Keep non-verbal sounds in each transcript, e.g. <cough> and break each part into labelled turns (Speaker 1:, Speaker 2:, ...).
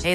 Speaker 1: Hey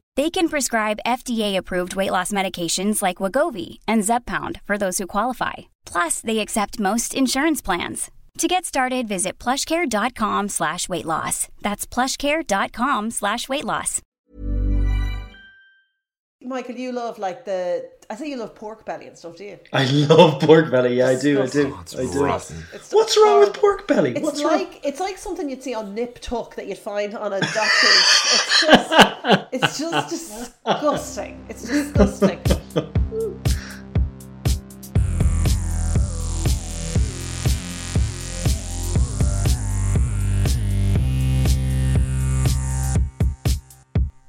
Speaker 2: They can prescribe FDA-approved weight loss medications like Wagovi and Zepbound for those who qualify. Plus, they accept most insurance plans. To get started, visit plushcare.com slash weight loss. That's plushcare.com slash weight loss.
Speaker 3: Michael, you love like the I think you love pork belly and stuff, do you?
Speaker 4: I love pork belly. Yeah, I do. I do.
Speaker 5: Disgusting.
Speaker 4: I
Speaker 5: Oh, it's
Speaker 4: do.
Speaker 5: rotten.
Speaker 3: It's
Speaker 4: What's wrong with
Speaker 3: horrible.
Speaker 4: pork belly?
Speaker 3: It's
Speaker 4: What's
Speaker 3: like it's like something you'd see on Nip Tuck that you'd find on a doctor's. it's just it's just disgusting. It's disgusting.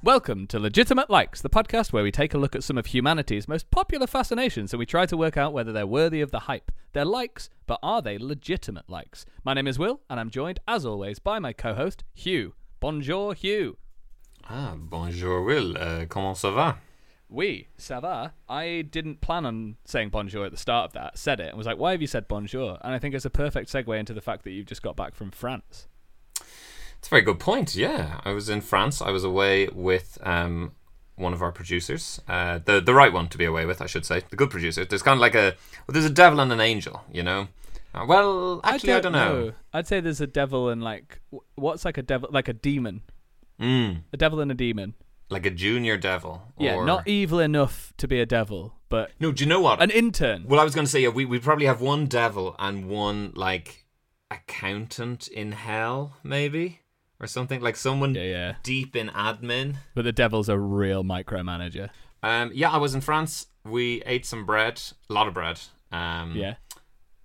Speaker 6: Welcome to Legitimate Likes, the podcast where we take a look at some of humanity's most popular fascinations and we try to work out whether they're worthy of the hype. They're likes, but are they legitimate likes? My name is Will, and I'm joined, as always, by my co host, Hugh. Bonjour, Hugh.
Speaker 5: Ah, bonjour Will, uh, comment ça va?
Speaker 6: Oui, ça va. I didn't plan on saying bonjour at the start of that, said it, and was like, why have you said bonjour? And I think it's a perfect segue into the fact that you've just got back from France.
Speaker 5: It's a very good point. Yeah, I was in France. I was away with um, one of our producers, uh, the the right one to be away with, I should say, the good producer. There's kind of like a well, there's a devil and an angel, you know. Uh, well, actually, I don't, know.
Speaker 6: I'd say there's a devil and like, w- what's like a devil? Like a demon.
Speaker 5: Mm,
Speaker 6: A devil and a demon.
Speaker 5: like a junior devil.
Speaker 6: Yeah,
Speaker 5: or...
Speaker 6: not evil enough to be a devil, but
Speaker 5: No, do you know what?
Speaker 6: an intern.
Speaker 5: Well, I was going to say, yeah, we, we probably have one devil and one, like, accountant in hell, maybe? Or something. Like someone
Speaker 6: Yeah, yeah.
Speaker 5: deep in admin.
Speaker 6: But the devil's a real micromanager.
Speaker 5: Um, yeah, I was in France. We ate some bread, a lot of bread. Um,
Speaker 6: Yeah.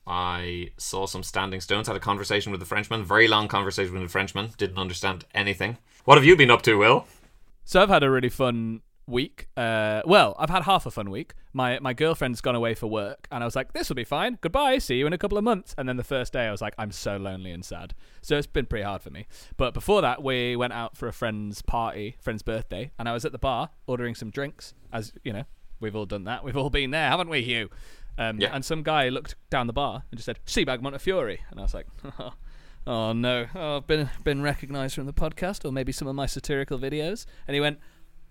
Speaker 5: I saw some standing stones, had a conversation with a Frenchman, very long conversation with a Frenchman, didn't understand anything. What have you been up to, Will?
Speaker 6: So I've had a really fun week. Uh, well, I've had half a fun week. My my girlfriend's gone away for work, and I was like, "This will be fine. Goodbye. See you in a couple of months." And then the first day, I was like, "I'm so lonely and sad." So it's been pretty hard for me. But before that, we went out for a friend's party, friend's birthday, and I was at the bar ordering some drinks. As you know, we've all done that. We've all been there, haven't we, Hugh? Um,
Speaker 5: Yeah.
Speaker 6: And some guy looked down the bar and just said, "Seabag Montefiore," and I was like. <laughs> Oh no! Oh, I've been been recognised from the podcast, or maybe some of my satirical videos. And he went,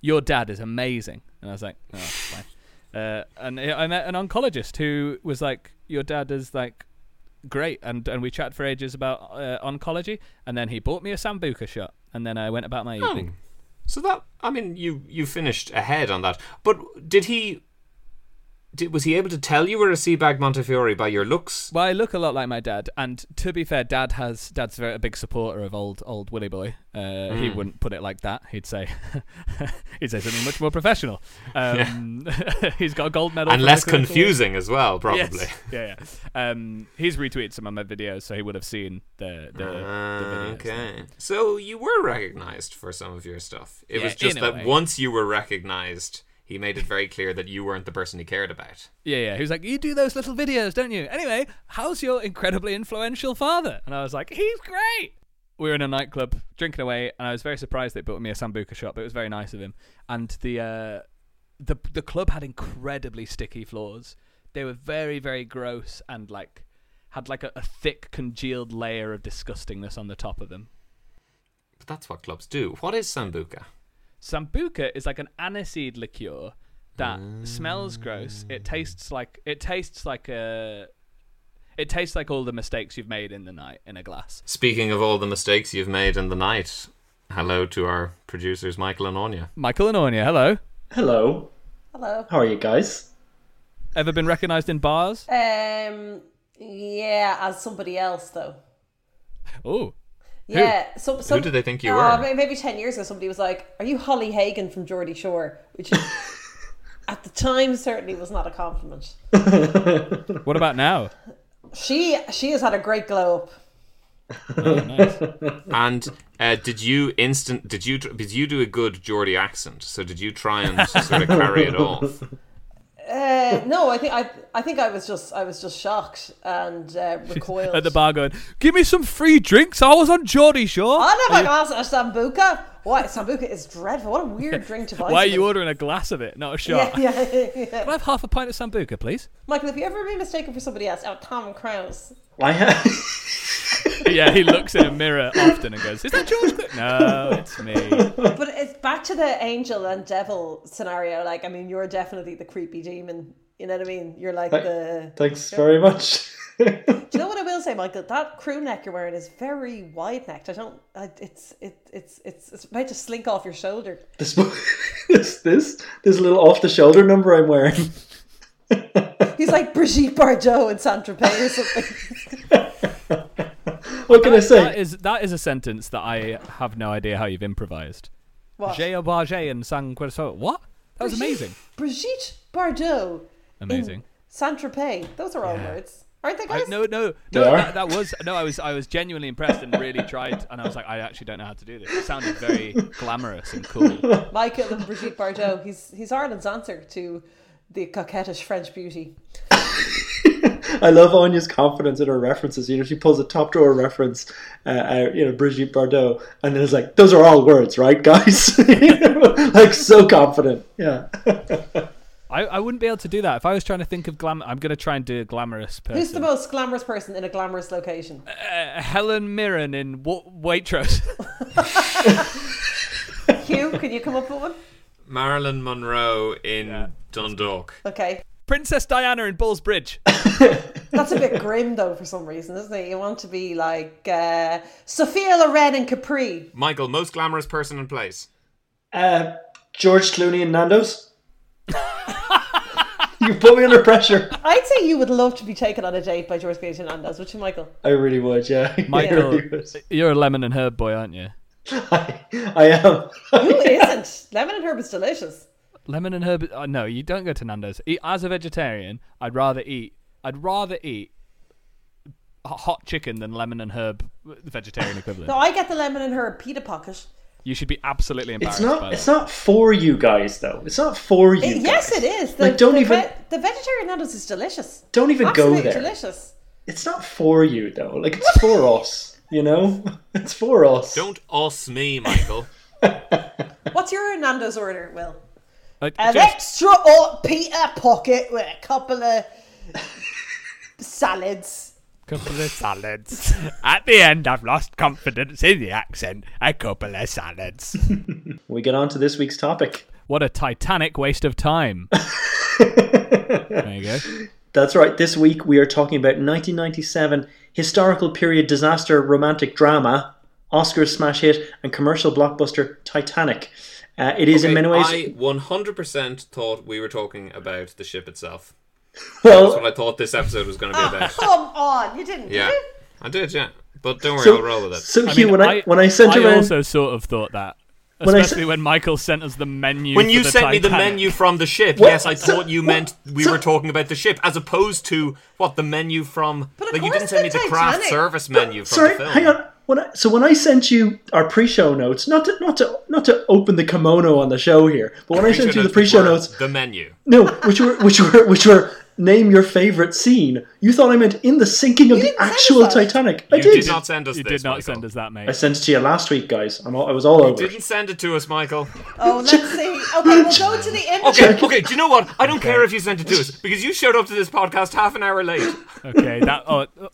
Speaker 6: "Your dad is amazing," and I was like, "Oh, fine." <laughs> Uh, and I I met an oncologist who was like, "Your dad is like great," and and we chatted for ages about uh, oncology. And then he bought me a sambuca shot, and then I went about my evening.
Speaker 5: So that, I mean, you, you finished ahead on that. But did he. Did, was he able to tell you were a Seabag Montefiore by your looks?
Speaker 6: Well, I look a lot like my dad, and to be fair, dad has dad's very, a big supporter of old old Willy boy. Uh,
Speaker 5: Mm.
Speaker 6: He wouldn't put it like that. He'd say <laughs> he'd say something much more professional. Um, <laughs> he's got a gold medal
Speaker 5: and
Speaker 6: for
Speaker 5: less
Speaker 6: liquor-
Speaker 5: confusing as well, probably.
Speaker 6: Yes. Yeah, yeah. Um, he's retweeted some of my videos, so he would have seen the the, the videos.
Speaker 5: Ah, okay. So you were recognized for some of your stuff. It
Speaker 6: Yeah,
Speaker 5: was just
Speaker 6: in a
Speaker 5: that
Speaker 6: way.
Speaker 5: once you were recognized, he made it very clear that you weren't the person he cared about.
Speaker 6: Yeah, yeah. He was like, "You do those little videos, don't you?" Anyway, how's your incredibly influential father? And I was like, "He's great." We were in a nightclub drinking away, and I was very surprised that he bought me a sambuca shop. It was very nice of him, and the uh, the the club had incredibly sticky floors. they were very very gross and like had like a, a thick congealed layer of disgustingness on the top of them.
Speaker 5: But that's what clubs do. What is sambuca?
Speaker 6: Sambuca is like an aniseed liqueur that smells gross. It tastes like it tastes like a it tastes like all the mistakes you've made in the night in a glass.
Speaker 5: Speaking of all the mistakes you've made in the night, hello to our producers Michael and Anya.
Speaker 6: Michael and Anya, hello.
Speaker 4: Hello.
Speaker 3: Hello.
Speaker 4: How are you guys?
Speaker 6: Ever been recognised in bars?
Speaker 3: Um. Yeah, as somebody else though.
Speaker 6: Oh,
Speaker 3: Yeah. Some, some,
Speaker 5: did they think you
Speaker 3: Ah,
Speaker 5: were?
Speaker 3: may- Maybe ten years ago, somebody was like, "Are you Holly Hagen from Geordie Shore?" Which,
Speaker 5: <laughs>
Speaker 3: at the time, certainly was not a compliment.
Speaker 6: what
Speaker 3: <laughs>
Speaker 6: about now?
Speaker 3: She she has had a great glow up.
Speaker 5: And uh, did you instant? Did you tr- did you do a good Geordie accent? So did you try and sort of carry it off?
Speaker 6: <laughs>
Speaker 3: Uh, no, I think I I think I was just I was just shocked and
Speaker 6: <laughs>
Speaker 3: uh, recoiled.
Speaker 6: At the bar, going, give me some free drinks. I was on Geordie Shore.
Speaker 3: I never got a sambuca. Why sambuca is dreadful. What a weird drink to buy.
Speaker 6: Why are you
Speaker 3: someone.
Speaker 6: ordering a glass of it, not a shot?
Speaker 3: Yeah, yeah, yeah.
Speaker 6: Can I have half a pint of sambuca, please?
Speaker 3: Michael, have you ever been mistaken for somebody else? Oh, Tom
Speaker 6: <laughs>
Speaker 3: Cruise.
Speaker 4: I have.
Speaker 6: yeah, he looks in a mirror often and goes, "Is that George?"
Speaker 3: <laughs>
Speaker 6: Clo-" No, it's me.
Speaker 3: But it's back to the angel and devil scenario. Like, I mean, you're definitely the creepy demon. You know what I mean? You're like the.
Speaker 4: <laughs> Thanks very much. <laughs>
Speaker 3: Do you know what I will say, Michael? That crew neck you're wearing is very wide necked. I don't. I, it's it, it's it's it's about to slink off your shoulder.
Speaker 4: this, <laughs> this this this little off the shoulder number I'm wearing. <laughs>
Speaker 3: He's like Brigitte Bardot in Saint Tropez or
Speaker 6: <laughs>
Speaker 3: something.
Speaker 4: What can I
Speaker 6: That
Speaker 4: say?
Speaker 6: is that is a sentence that I have no idea how you've improvised.
Speaker 3: What?
Speaker 6: Jay Barge and Sang Querso. What? That was amazing.
Speaker 3: Brigitte Bardot.
Speaker 6: Amazing.
Speaker 3: Saint Tropez. Those are all words, aren't they,
Speaker 6: I,
Speaker 3: guys?
Speaker 6: no, no,
Speaker 4: They
Speaker 6: no.
Speaker 4: are?
Speaker 6: That, that was no. I was I was genuinely impressed and really tried. And I was like, I actually don't know how to do this. It sounded very glamorous and cool.
Speaker 4: <laughs>
Speaker 3: Michael and Brigitte Bardot. He's he's Ireland's answer to the coquettish French beauty.
Speaker 4: I love Anya's confidence in her references. You know, she pulls a top drawer reference, uh, uh, you know, Brigitte Bardot, and then it's like, those are all words, right, guys? <laughs> like so confident. Yeah. <laughs>
Speaker 6: I, I wouldn't be able to do that if I was trying to think of glam. I'm gonna try and do a glamorous person. Uh,
Speaker 3: Who's the most glamorous person in a glamorous location?
Speaker 6: Helen Mirren in Wa Waitrose. <laughs>
Speaker 3: Hugh, can you come up with one?
Speaker 5: <laughs> Marilyn Monroe in Dundalk.
Speaker 3: Okay.
Speaker 6: Princess Diana in Bulls Bridge.
Speaker 3: That's a bit grim though for some reason, isn't it? You want to be like uh, Sophia Loren and Capri.
Speaker 5: Michael, most glamorous person in place.
Speaker 4: Uh, George Clooney and Nando's. <laughs> you put me under pressure.
Speaker 3: I'd say you would love to be taken on a date by George Clooney and Nando's, would you, Michael?
Speaker 4: I really would, yeah. <laughs> I
Speaker 6: Michael.
Speaker 4: really would.
Speaker 6: You're a lemon and herb boy, aren't you?
Speaker 4: I, I am.
Speaker 3: Who isn't? Lemon and herb is delicious.
Speaker 6: Lemon and herb. Oh, no, you don't go to Nando's. Eat, as a vegetarian, I'd rather eat. I'd rather eat h- hot chicken than lemon and herb the vegetarian equivalent.
Speaker 3: No,
Speaker 4: <laughs>
Speaker 3: I get the lemon and herb pita pocket.
Speaker 6: You should be absolutely embarrassed
Speaker 4: It's
Speaker 6: by
Speaker 4: not.
Speaker 6: that.
Speaker 4: It's not for you guys, though. It's not for you.
Speaker 3: It- yes,
Speaker 4: guys.
Speaker 3: it is. The,
Speaker 4: like, don't
Speaker 3: the
Speaker 4: even.
Speaker 3: ve- the vegetarian Nando's is delicious.
Speaker 4: Don't even
Speaker 3: Absolutely
Speaker 4: go there. <laughs>
Speaker 3: delicious.
Speaker 4: It's not for you, though. Like it's for us. You know, <laughs> it's for us.
Speaker 5: Don't us me, <laughs> Michael.
Speaker 3: What's your Nando's order, Will?
Speaker 6: Like,
Speaker 3: An
Speaker 6: just-
Speaker 3: extra hot pita pocket with a couple of salads.
Speaker 6: couple of <laughs> salads.
Speaker 7: At the end, I've lost confidence in the accent. A couple of salads.
Speaker 4: We get on to this week's topic.
Speaker 6: what a titanic waste
Speaker 4: <laughs>
Speaker 6: of time. there you go.
Speaker 4: That's right. This week we are talking about 1997 historical period disaster romantic drama, Oscars smash hit, and commercial blockbuster Titanic. Uh, it is in many ways.
Speaker 5: I 100% thought we were talking about the ship itself.
Speaker 4: <laughs> well,
Speaker 5: That's what I thought this episode was going to be about.
Speaker 3: Oh, <laughs> Come on, you didn't,
Speaker 5: Yeah,
Speaker 3: did you?
Speaker 5: I did. Yeah, but don't worry,
Speaker 4: so,
Speaker 5: I'll roll with it.
Speaker 4: so Hugh, when I, when I sent
Speaker 6: I
Speaker 4: around,
Speaker 6: also sort of thought that.
Speaker 4: When I
Speaker 6: Especially
Speaker 4: sen-
Speaker 6: when Michael sent us the menu.
Speaker 5: when
Speaker 6: for
Speaker 5: you
Speaker 6: the
Speaker 5: sent me the
Speaker 6: Titanic.
Speaker 5: menu from the ship,
Speaker 4: What?
Speaker 5: yes, I
Speaker 4: So-
Speaker 5: thought you
Speaker 4: what?
Speaker 5: meant we
Speaker 4: So-
Speaker 5: were talking about the ship, as opposed to what the menu from.
Speaker 3: But of
Speaker 5: like you
Speaker 3: course
Speaker 5: didn't send me
Speaker 3: the
Speaker 5: the craft
Speaker 3: Titanic-
Speaker 5: service menu from
Speaker 4: sorry,
Speaker 5: the film.
Speaker 4: hang on. When I, so when I sent you our pre-show notes, not to not to not to open the kimono on the show here, but when I
Speaker 5: <laughs> Pre-show
Speaker 4: sent you the
Speaker 5: notes
Speaker 4: pre-show
Speaker 5: were
Speaker 4: notes,
Speaker 5: the menu.
Speaker 4: no, which were which were which were name your favorite scene. You thought I meant in the sinking of
Speaker 3: You
Speaker 4: the
Speaker 3: didn't send
Speaker 4: actual
Speaker 3: us that.
Speaker 4: Titanic. I
Speaker 5: You
Speaker 4: did.
Speaker 5: did not send us
Speaker 6: You
Speaker 5: this.
Speaker 6: did not
Speaker 5: Michael.
Speaker 6: send us that,
Speaker 4: I
Speaker 6: mate.
Speaker 4: sent it to you last week, guys. I'm all, I was all over. it.
Speaker 5: Didn't send it to us, Michael.
Speaker 3: Oh, let's see. Okay, we'll go to
Speaker 4: <laughs>
Speaker 3: the image.
Speaker 5: Okay, okay. Do you know what? I don't care if you sent it to us because you showed up to this podcast half an hour late.
Speaker 6: Okay, that. Oh, oh, Hugh,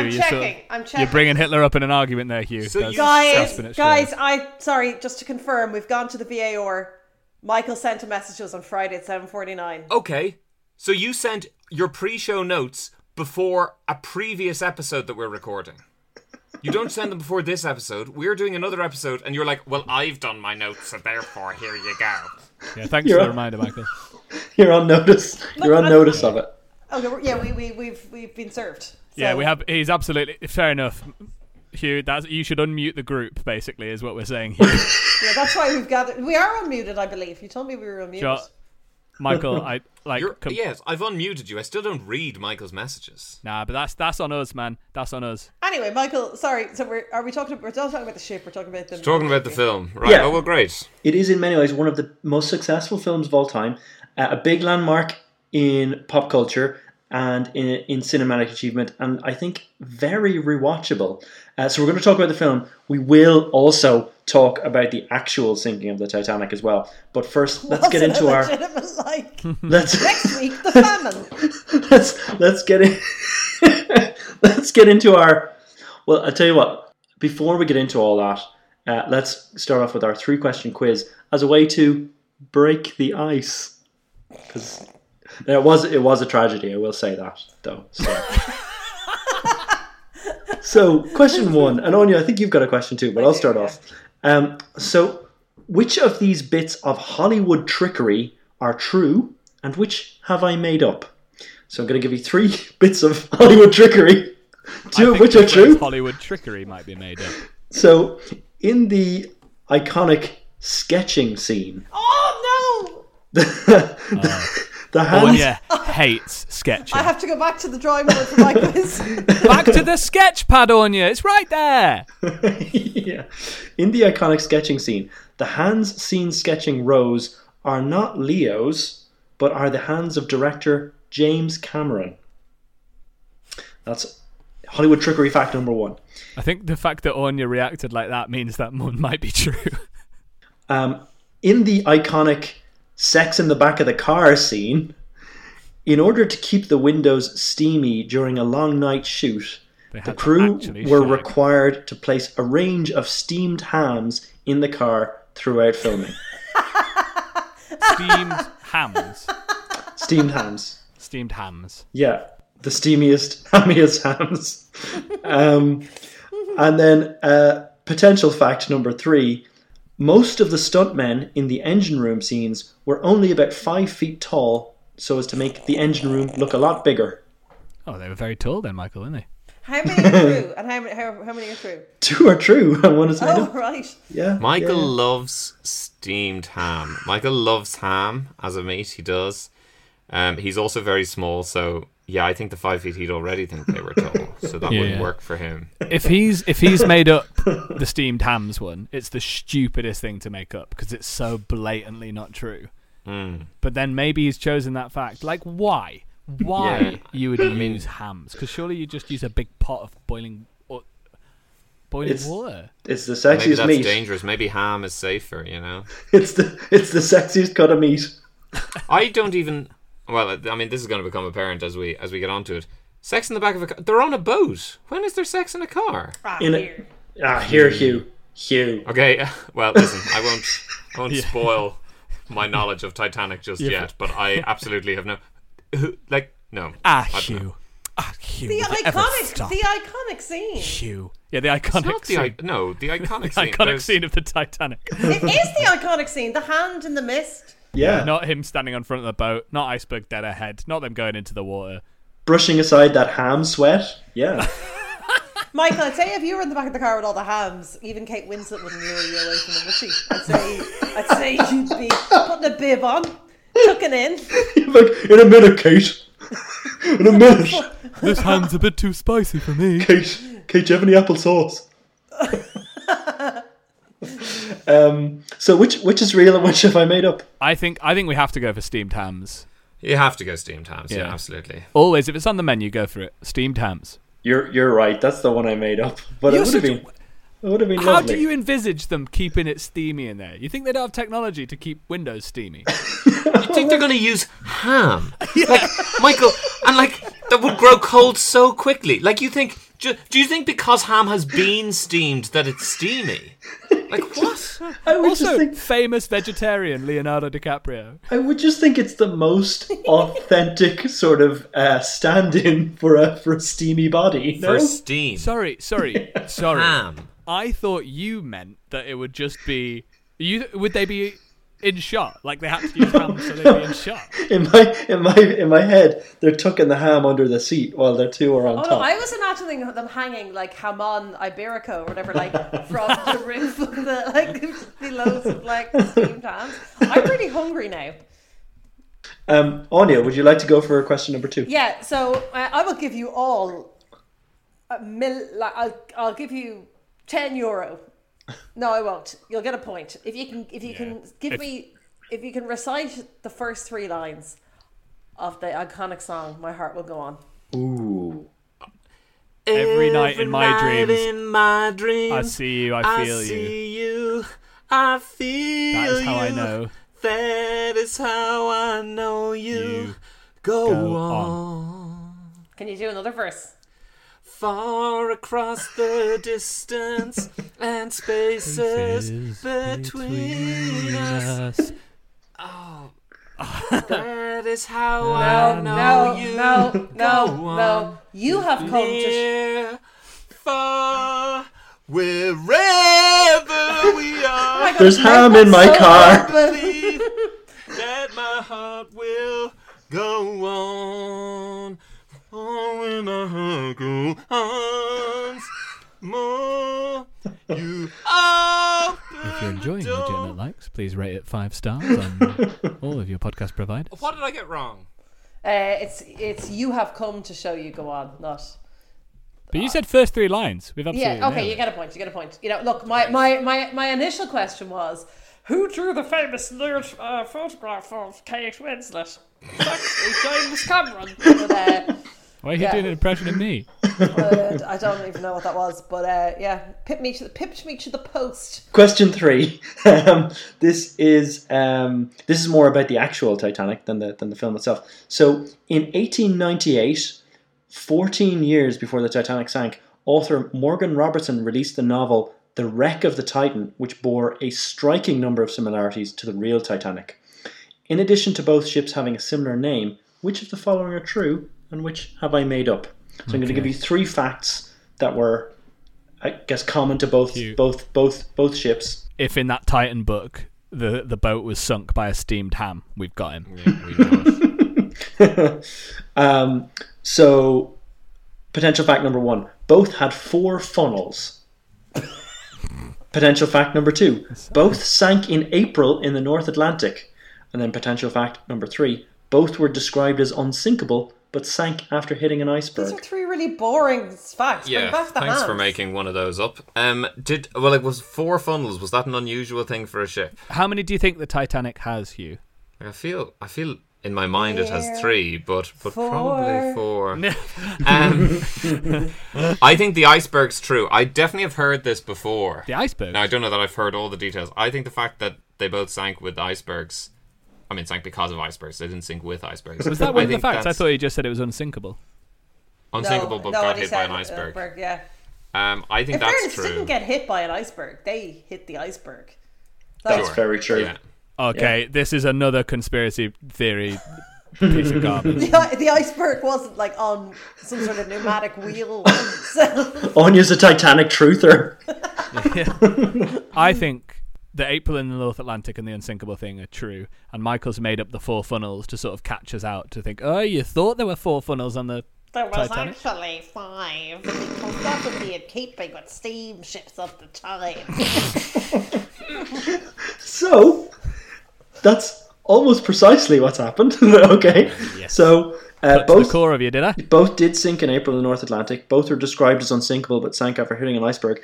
Speaker 3: I'm
Speaker 6: you're
Speaker 3: checking.
Speaker 6: sort-
Speaker 3: I'm
Speaker 6: You're
Speaker 3: checking.
Speaker 6: bringing Hitler up in an argument there, Hugh.
Speaker 5: So
Speaker 6: That's-
Speaker 5: you-
Speaker 3: guys,
Speaker 6: <laughs> that's been it, sure.
Speaker 3: guys, I sorry, just to confirm, we've gone to the VAR. Michael sent a message to us on Friday at 7:49.
Speaker 5: Okay, so you sent your pre-show notes before a previous episode that we're recording. You don't send them before this episode. We're doing another episode, and you're like, "Well, I've done my notes, so therefore here you go."
Speaker 6: Yeah, thanks
Speaker 4: You're
Speaker 6: for the
Speaker 4: up.
Speaker 3: <laughs>
Speaker 6: reminder, Michael.
Speaker 4: You're on notice. You're on
Speaker 3: I'm-
Speaker 4: notice of it.
Speaker 3: Okay, we're- Oh, yeah, we, we we've we've been served. So-
Speaker 6: Yeah, we have. He's absolutely fair enough. Hugh, that's you should unmute the group. Basically, is what we're saying. Hugh.
Speaker 3: Yeah, that's why we've gathered. We are unmuted, I believe. You told me we were unmuted.
Speaker 6: Sure. Michael, I like.
Speaker 5: You're,
Speaker 6: com-
Speaker 5: yes, I've unmuted you. I still don't read Michael's messages.
Speaker 6: Nah, but that's that's on us, man. That's on us.
Speaker 3: Anyway, Michael, sorry. So we're are we talking? We're not talking about the ship. We're talking about the.
Speaker 5: Talking about the film, right?
Speaker 4: Yeah.
Speaker 5: Oh well, great.
Speaker 4: It is in many ways one of the most successful films of all time, uh, a big landmark in pop culture and in, in cinematic achievement, and I think very rewatchable. Uh, so we're going to talk about the film. We will also talk about the actual sinking of the Titanic as well.
Speaker 3: <laughs>
Speaker 4: But first, let's get
Speaker 3: Wasn't
Speaker 4: into
Speaker 3: it
Speaker 4: our
Speaker 3: legitimate, like
Speaker 4: let's
Speaker 3: next week the famine.
Speaker 4: <laughs> let's let's get in <laughs> let's get into our well i'll tell you what before we get into all that uh, let's start off with our three question quiz as a way to break the ice because it was it was a tragedy i will say that though so, so question one and Anya, i think you've got a question too but i'll start off um, so which of these bits of hollywood trickery are true and which have i made up so I'm going to give you three <laughs> bits of Hollywood trickery,
Speaker 6: I
Speaker 4: two of
Speaker 6: think
Speaker 4: which
Speaker 6: the
Speaker 4: are true.
Speaker 6: phrase Hollywood trickery might be made
Speaker 3: <laughs>
Speaker 6: up.
Speaker 4: So in the iconic sketching scene,
Speaker 3: Oh no!
Speaker 4: <laughs> the,
Speaker 6: Oh
Speaker 4: hand,
Speaker 6: yeah, hates sketching.
Speaker 3: I have to go back to the drawing board for my quiz.
Speaker 6: Back to the sketch pad, Anya. It's right there.
Speaker 4: <laughs> yeah. in the iconic sketching scene, the hands seen sketching Rose are not Leo's, but are the hands of director James Cameron. That's Hollywood trickery fact number one.
Speaker 6: I think the fact that Anya reacted like that means that one might be true.
Speaker 4: um, in the iconic sex in the back of the car scene in order to keep the windows steamy during a long night shoot
Speaker 6: They had
Speaker 4: the
Speaker 6: to
Speaker 4: crew
Speaker 6: actually
Speaker 4: were
Speaker 6: shag.
Speaker 4: required to place a range of steamed hams in the car throughout
Speaker 6: <laughs>
Speaker 4: filming
Speaker 6: Steamed <laughs> hams.
Speaker 4: steamed hams
Speaker 6: Steamed hams.
Speaker 4: Yeah, the steamiest, <laughs> hammiest hams. um, and then uh, potential fact number three: most of the stuntmen in the engine room scenes were only about five feet tall, so as to make the engine room look a lot bigger. <laughs>
Speaker 6: Oh, they were very tall then, Michael, weren't they?
Speaker 3: How many are true? And how many? How, how many are true?
Speaker 4: Two are true, <laughs> and one is made
Speaker 3: Oh
Speaker 4: up.
Speaker 3: right.
Speaker 4: Yeah,
Speaker 5: Michael
Speaker 4: yeah.
Speaker 5: loves steamed ham. Michael loves ham as a meat. He does. Um, he's also very small, so yeah, I think the five feet he'd already think they were tall, so that
Speaker 6: Yeah.
Speaker 5: wouldn't work for him.
Speaker 6: If he's if he's made up the steamed hams one, it's the stupidest thing to make up because it's so blatantly not true.
Speaker 5: Hmm.
Speaker 6: But then maybe he's chosen that fact. Like, why? Why
Speaker 5: Yeah.
Speaker 6: you would use hams? Because surely you just use a big pot of boiling or boiling
Speaker 4: It's-
Speaker 6: water.
Speaker 4: It's the
Speaker 5: Maybe
Speaker 4: sexiest
Speaker 5: that's
Speaker 4: meat.
Speaker 5: dangerous. Maybe ham is safer. You know,
Speaker 4: It's the it's the sexiest cut of meat.
Speaker 5: I don't even. Well, I mean, this is going to become apparent as we as we get onto it. Sex in the back of a car. They're on a boat. When is there sex in a car?
Speaker 4: In it. Ah, here,
Speaker 5: Hmm.
Speaker 4: Hugh. Hugh.
Speaker 5: Okay. <laughs> Well, listen, I won't. I won't spoil my knowledge of Titanic just yet, but I absolutely have no. Who like no.
Speaker 6: Ah,
Speaker 5: I don't know.
Speaker 6: Hugh. Ah, Hugh.
Speaker 3: The
Speaker 6: will it ever
Speaker 3: iconic,
Speaker 6: stop?
Speaker 3: the iconic scene.
Speaker 6: Hugh. Yeah, the iconic
Speaker 5: Not the
Speaker 6: scene.
Speaker 5: I- no
Speaker 6: <laughs>
Speaker 5: the iconic scene.
Speaker 6: iconic
Speaker 5: There's-
Speaker 6: scene of the Titanic.
Speaker 3: It is the iconic scene. The hand in the mist.
Speaker 4: Yeah.
Speaker 6: not him standing on front of the boat. Not iceberg dead ahead. Not them going into the water.
Speaker 4: Brushing aside that ham sweat. Yeah. <laughs>
Speaker 3: Michael, I'd say if you were in the back of the car with all the hams, even Kate Winslet wouldn't lure you away from them, would she? I'd say, I'd say you'd be putting a bib on, tucking in.
Speaker 4: like, in a minute, Kate. <laughs> In a minute,
Speaker 6: This hand's a bit too spicy for <laughs> me.
Speaker 4: Kate. Kate, do you have any apple <laughs> sauce? um, so which which is real and which have I made up?
Speaker 6: I think I think we have to go for steamed hams.
Speaker 5: You have to go steamed hams. Yeah,
Speaker 6: Yeah.
Speaker 5: absolutely.
Speaker 6: Always, if it's on the menu, go for it. Steamed hams.
Speaker 4: You're you're right. That's the one I made up. But it
Speaker 6: You're
Speaker 4: would have
Speaker 6: such a-
Speaker 4: been it would have been
Speaker 6: How
Speaker 4: lovely.
Speaker 6: do you envisage them keeping it steamy in there? You think they don't have technology to keep
Speaker 4: <laughs>
Speaker 6: Windows steamy?
Speaker 5: You think they're going to use
Speaker 6: <laughs>
Speaker 5: ham? Like Michael, and like that would grow cold so quickly. Like you think? ju- Do you think because ham has been steamed that it's steamy? Like what?
Speaker 4: I would just
Speaker 6: also,
Speaker 4: think
Speaker 6: famous vegetarian Leonardo DiCaprio.
Speaker 4: I would just think it's the most authentic sort of uh, stand-in for a for a steamy body. No?
Speaker 5: For steam,
Speaker 6: Sorry,
Speaker 4: <laughs>
Speaker 6: sorry, sorry.
Speaker 5: ham.
Speaker 6: I thought you meant that it would just be you. Would they be in shot? Like they had to use ham, so they'd be in shot.
Speaker 4: In my in my in my head, they're tucking the ham under the seat while the two are on
Speaker 3: Oh
Speaker 4: top.
Speaker 3: no, I was imagining them hanging like Hamon Iberico or whatever, like from the roof of the like <laughs> the loads of like steamed hams. I'm really hungry now.
Speaker 4: Um, Anya, would you like to go for question number two?
Speaker 3: Yeah, so uh, I will give you all a mil. Like, I'll I'll give you ten euro. No, I won't. You'll get a point if you can. If you can give me, if you can recite the first three lines of the iconic song, "My Heart Will Go On."
Speaker 4: Ooh.
Speaker 6: Every night in my
Speaker 5: night
Speaker 6: dreams,
Speaker 5: in my dreams,
Speaker 6: I see you, I feel you.
Speaker 5: see you. I feel
Speaker 6: That is how I
Speaker 5: you.
Speaker 6: know.
Speaker 5: That is how I know you.
Speaker 6: You
Speaker 5: go,
Speaker 6: go
Speaker 5: on.
Speaker 3: Can you do another verse?
Speaker 5: Far across the distance and <laughs> spaces between us. Oh. <laughs> That is how I know
Speaker 3: no,
Speaker 5: you.
Speaker 3: no,
Speaker 5: Go
Speaker 3: no,
Speaker 5: on.
Speaker 3: no. You have come to. Sh-
Speaker 5: Near, far, wherever <laughs> we are.
Speaker 3: God,
Speaker 4: There's
Speaker 3: you
Speaker 4: ham
Speaker 3: have
Speaker 4: in my
Speaker 3: so
Speaker 4: car.
Speaker 5: believe <laughs> that my heart will go on. Oh, when my heart go on. More you open
Speaker 6: If you're enjoying
Speaker 5: the
Speaker 6: my
Speaker 5: door.
Speaker 6: Gentleman Likes, please rate it five
Speaker 5: <laughs>
Speaker 6: stars on all of your podcast providers.
Speaker 5: What did I get wrong?
Speaker 3: Uh, it's it's you have come to show you go on, not.
Speaker 6: But you said first three lines. We've absolutely
Speaker 3: Yeah, okay,
Speaker 6: nailed
Speaker 3: you
Speaker 6: it.
Speaker 3: get a point. You get a point. You know, look, my my my, my initial question was, who drew the famous nude uh, photograph of Kate Winslet? It's actually James Cameron. But, uh,
Speaker 6: Why are you
Speaker 3: yeah.
Speaker 6: doing an impression of me?
Speaker 3: but I don't even know what that was. But uh, yeah, pip me to the pipped me to the post.
Speaker 4: Question three. <laughs> Um, this is um, this is more about the actual Titanic than the than the film itself. So, in 1898, 14 years before the Titanic sank, author Morgan Robertson released the novel *The Wreck of the Titan*, which bore a striking number of similarities to the real Titanic. In addition to both ships having a similar name, which of the following are true and which have I made up? So, I'm going to give you three facts that were. I guess common to both both both both ships.
Speaker 6: If in that Titan book the the boat was sunk by a steamed ham, we've got him.
Speaker 4: <laughs> Um, so, potential fact number one: both had four
Speaker 6: <laughs>
Speaker 4: funnels. potential fact number two: both sank in April in the North Atlantic. And then potential fact number three: both were described as unsinkable, but sank after hitting an
Speaker 3: These are
Speaker 4: iceberg.
Speaker 3: three really boring facts. Bring
Speaker 5: Yeah,
Speaker 3: back the
Speaker 5: thanks for
Speaker 3: hands.
Speaker 5: making one of those up. Um, did well? It was four funnels. Was that an unusual thing for a ship?
Speaker 6: How many do you think the Titanic has,
Speaker 5: <laughs>
Speaker 6: Hugh?
Speaker 5: Like, I feel, I feel in my mind it has three, but but probably <laughs> four.
Speaker 6: <laughs>
Speaker 5: um, I think the iceberg's true. I definitely have heard this before.
Speaker 6: The iceberg.
Speaker 5: Now I don't know that I've heard all the details. I think the fact that they both sank with icebergs. I mean, sank because of icebergs. They didn't sink with icebergs.
Speaker 6: Was that one of the facts? I
Speaker 5: that's
Speaker 6: thought you just said it was unsinkable.
Speaker 5: unsinkable, but
Speaker 3: nobody
Speaker 5: got hit by
Speaker 3: said uh,
Speaker 5: an iceberg.
Speaker 3: yeah.
Speaker 5: Um, I think
Speaker 3: In
Speaker 5: that's
Speaker 3: fairness,
Speaker 5: true.
Speaker 3: didn't get hit by an iceberg. They hit the iceberg.
Speaker 4: That's very true.
Speaker 5: Yeah.
Speaker 6: Okay, this is another conspiracy theory piece of
Speaker 3: <laughs>
Speaker 6: garbage.
Speaker 3: The, the iceberg wasn't like on some sort of pneumatic wheel. So.
Speaker 4: Anya's a Titanic truther. <laughs>
Speaker 6: <laughs> I think the April in the North Atlantic and the unsinkable thing are true, and Michael's made up the four funnels to sort of catch us out to think, oh, you thought there were four funnels on the
Speaker 8: There was
Speaker 6: Titanic?
Speaker 8: actually five because that would be in keeping with steamships of the time.
Speaker 4: So, that's almost precisely what's happened. <laughs> okay. So, uh,
Speaker 6: to the
Speaker 4: both
Speaker 6: core of you, did I?
Speaker 4: Both did sink in April in the North Atlantic. Both were described as unsinkable but sank after hitting an iceberg.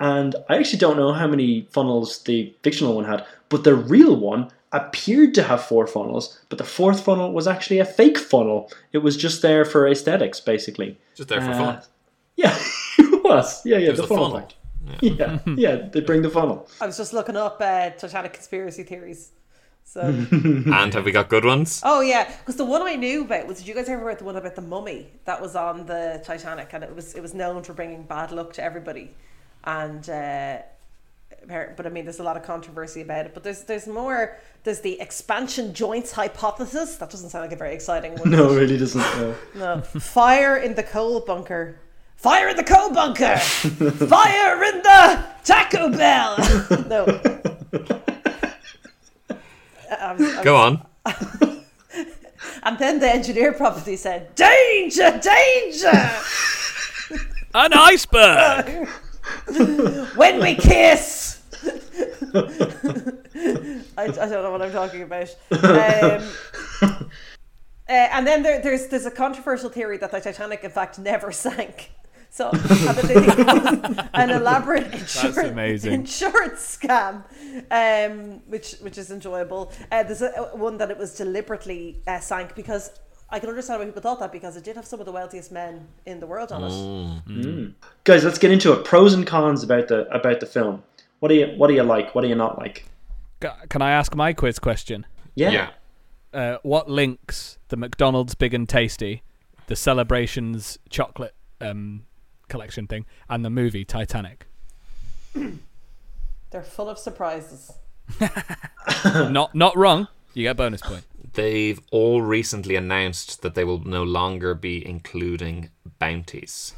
Speaker 4: And I actually don't know how many funnels the fictional one had, but the real one appeared to have four funnels, but the fourth funnel was actually a fake funnel. It was just there for aesthetics, basically.
Speaker 5: Just there for
Speaker 4: Uh, <laughs>
Speaker 5: fun.
Speaker 4: Yeah, it was. Yeah, yeah,
Speaker 5: was
Speaker 4: the
Speaker 5: a
Speaker 4: funnel.
Speaker 5: funnel.
Speaker 4: effect. Yeah. yeah, they bring the funnel.
Speaker 3: <laughs>
Speaker 4: <laughs>
Speaker 3: I was just looking up uh, Titanic conspiracy theories. So, <laughs>
Speaker 5: And have we got good ones?
Speaker 3: oh yeah, because the one I knew about was did you guys ever read the one about the mummy that was on the Titanic and it was it was known for bringing bad luck to everybody, and uh, appar- but I mean there's a lot of controversy about it. But there's there's more there's the expansion joints hypothesis that doesn't sound like a very exciting one.
Speaker 4: <laughs> No, it really doesn't. uh, No.
Speaker 3: No. Fire in the coal bunker. Fire in the coal bunker. Fire in the Taco Bell. <laughs> no. Um,
Speaker 5: Go on.
Speaker 3: and then the engineer probably said, "Danger, danger!
Speaker 6: An iceberg.
Speaker 3: When we kiss." I, I don't know what I'm talking about. <laughs> Um, uh, and then there, there's there's a controversial theory that the Titanic, in fact, never <laughs> sank. So and that they <laughs> think it was an elaborate insurance,
Speaker 7: amazing.
Speaker 3: insurance scam, um, which which is enjoyable. Uh, there's a, one that it was deliberately uh, sank because I can understand why people thought that because it did have some of the wealthiest men in the world on it.
Speaker 4: Guys, let's get into it. Pros and cons about the about the film. What do you What do you like? What do you not like?
Speaker 6: Ca- Can I ask my quiz question?
Speaker 4: Yeah.
Speaker 5: yeah.
Speaker 6: Uh, what links the McDonald's Big and Tasty, the Celebrations chocolate um, collection thing, and the movie Titanic?
Speaker 3: They're full of surprises.
Speaker 6: not not wrong. You get bonus point.
Speaker 5: They've all recently announced that they will no longer be including
Speaker 6: <laughs>
Speaker 5: bounties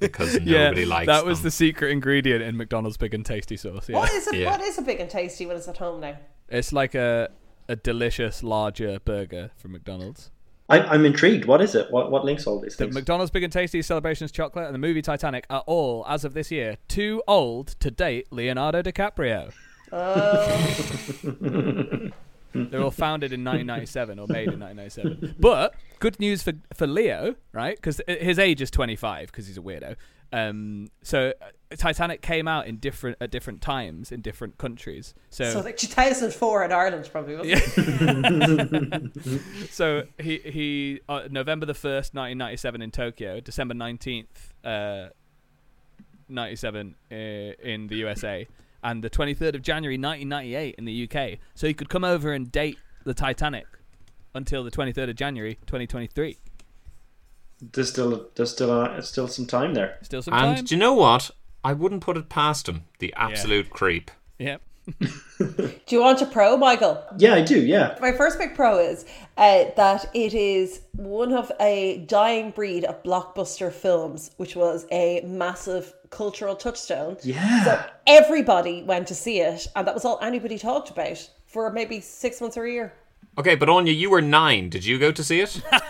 Speaker 5: because nobody likes
Speaker 6: that was
Speaker 5: them.
Speaker 6: the secret ingredient in McDonald's Big and Tasty sauce. Yeah.
Speaker 3: What is a,
Speaker 5: Yeah.
Speaker 3: what is a big and tasty when it's at home now?
Speaker 6: It's like a a delicious larger burger from McDonald's.
Speaker 4: I, I'm intrigued. What is it? What What links all these
Speaker 6: The
Speaker 4: things?
Speaker 6: McDonald's Big and Tasty Celebrations chocolate and the movie Titanic are all, as of this year, too old to date Leonardo DiCaprio. They're all founded in 1997 or made in 1997. But good news for for Leo, right? Because his age is 25 because he's a weirdo. Um, so uh, Titanic came out in different at different times in different countries. So
Speaker 3: So like 2004 in Ireland probably. Wasn't it?
Speaker 6: so he he uh, November the first, nineteen ninety seven in Tokyo, December nineteenth, uh, ninety seven uh, in the USA, and the twenty third of January nineteen ninety eight in the UK. So he could come over and date the Titanic until the twenty third of January twenty twenty three.
Speaker 4: There's still There's still uh, still some time there.
Speaker 6: Still some time.
Speaker 5: and do you know what? I wouldn't put it past him. The absolute creep.
Speaker 6: yep.
Speaker 3: Do you want a pro, Michael?
Speaker 4: Yeah, I do. Yeah.
Speaker 3: My first big pro is uh, that it is one of a dying breed of blockbuster films, which was a massive cultural touchstone.
Speaker 4: Yeah.
Speaker 3: Everybody went to see it, and that was all anybody talked about for maybe six months or a year.
Speaker 5: Okay, but Anya, you were nine. Did you go to see it?
Speaker 3: Uh,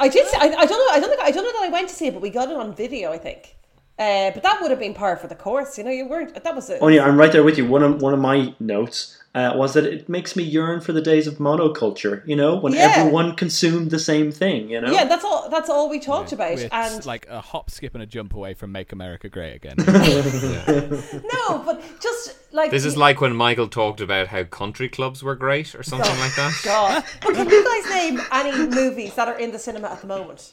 Speaker 3: I did. See, I, I don't know. I don't think. I don't know that I went to see it, but we got it on video. I think. Uh, but that would have been par for the course. You know, you weren't. That was it.
Speaker 4: Oh yeah, I'm right there with you. One of one of my notes uh, was that it makes me yearn for the days of monoculture. You know, when
Speaker 3: Yeah.
Speaker 4: everyone consumed the same thing. You know.
Speaker 3: Yeah, that's all. That's all we talked about.
Speaker 6: We're
Speaker 3: and
Speaker 6: like a hop, skip, and a jump away from "Make America Great Again." <laughs>
Speaker 5: <laughs>
Speaker 3: no, but just like
Speaker 5: This is
Speaker 3: you-
Speaker 5: like when Michael talked about how country clubs were great or something like that.
Speaker 3: <laughs>
Speaker 5: <laughs>
Speaker 3: God. But can you guys name any movies that are in the cinema at the moment?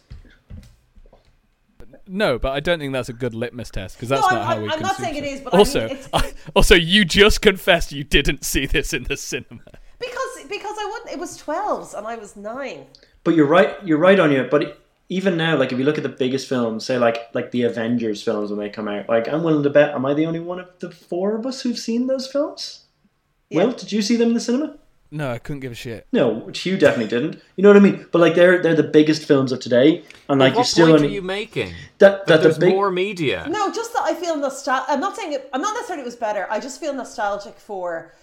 Speaker 6: no, but I don't think that's a good litmus test because that's
Speaker 3: No,
Speaker 6: not
Speaker 3: I'm-
Speaker 6: how
Speaker 3: I'm-
Speaker 6: we.
Speaker 3: I'm not
Speaker 6: consume
Speaker 3: saying it
Speaker 6: film.
Speaker 3: is, but I mean,
Speaker 6: also,
Speaker 3: it's-
Speaker 6: <laughs> also, you just confessed you didn't see this in the cinema.
Speaker 3: Because because I wouldn't. It was twelves and I was nine.
Speaker 4: But you're right. You're right on you. But even now, like if you look at the biggest films, say like like the Avengers films when they come out, like I'm willing to bet, am I the only one of the four of us who've seen those films? Well, did you see them in the cinema?
Speaker 6: No, I couldn't give a shit.
Speaker 4: No, which you definitely didn't. You know what I mean? But like they're they're the biggest films of today, and like you're
Speaker 5: what
Speaker 4: still
Speaker 5: point
Speaker 4: only
Speaker 5: are you making?
Speaker 4: that
Speaker 5: That
Speaker 4: that
Speaker 5: there's
Speaker 4: the big
Speaker 5: more media.
Speaker 3: No, just that I feel nostalgic. I'm not saying it. I'm not necessarily it was better. I just feel nostalgic for.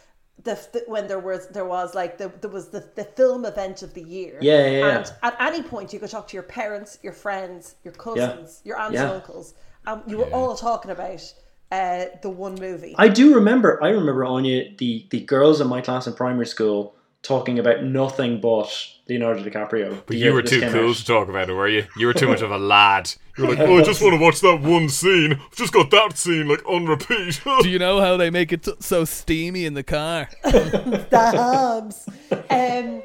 Speaker 3: The, the, when there was there was like the, there was the, the film event of the year
Speaker 4: Yeah, yeah, yeah.
Speaker 3: and at any point you could talk to your parents your friends your cousins your aunts and
Speaker 4: Yeah.
Speaker 3: uncles um, you were all talking about uh, the one movie
Speaker 4: I do remember. I remember Anya, the the girls in my class in primary school talking about nothing but Leonardo DiCaprio.
Speaker 5: But you were too cool to talk about it, were you? You were too much of a lad. You were like, oh, I just want to watch that one scene. I've just got that scene like on repeat. <laughs>
Speaker 6: Do you know how they make it t- so steamy in the car?
Speaker 3: the hubs. Um,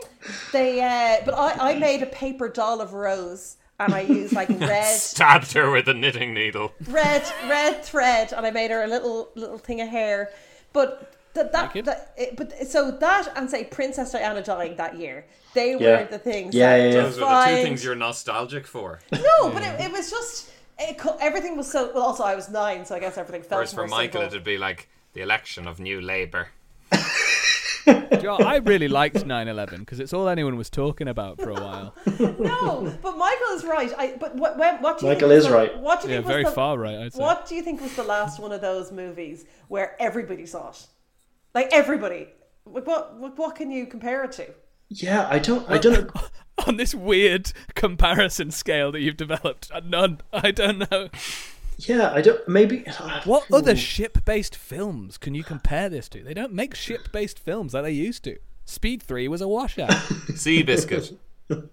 Speaker 3: they, uh, but I, I made a paper doll of Rose and I used
Speaker 5: <laughs>
Speaker 3: like red,
Speaker 5: Stabbed her with a knitting needle.
Speaker 3: red, red thread, and I made her a little little thing of hair. But th- that,
Speaker 6: Wicked.
Speaker 3: that it, but so that and say Princess Diana dying that year, they
Speaker 4: Yeah.
Speaker 3: were the things.
Speaker 4: Yeah,
Speaker 3: that
Speaker 4: yeah, yeah.
Speaker 5: Those are the two
Speaker 3: defined-
Speaker 5: things you're nostalgic for.
Speaker 3: No, but it, it was just it, co- everything was so. Well, also I was nine, so I guess everything felt.
Speaker 5: Whereas for
Speaker 3: more
Speaker 5: Michael,
Speaker 3: simple.
Speaker 5: it'd be like the election of New Labour.
Speaker 6: Do you know, I really liked 9/11 because it's all anyone was talking about for a while.
Speaker 3: No, but Michael is right. I but what when, what do you
Speaker 4: Michael
Speaker 3: think
Speaker 4: is
Speaker 3: was the-
Speaker 4: right.
Speaker 3: What do you
Speaker 6: Yeah,
Speaker 3: think was
Speaker 6: very
Speaker 3: the,
Speaker 6: far right. I'd say.
Speaker 3: What do you think was the last one of those movies where everybody saw it? Like everybody. Like, What what, what can you compare it to?
Speaker 4: Yeah, I don't. I
Speaker 5: <laughs>
Speaker 4: don't.
Speaker 6: <laughs> On this weird comparison scale that you've developed, uh, none. I don't know.
Speaker 4: Yeah, I don't. Maybe. ah,
Speaker 6: What other ship-based films can you compare this to? They don't make ship-based films like they used to. Speed Three was a washout. <laughs>
Speaker 5: Sea biscuit. That's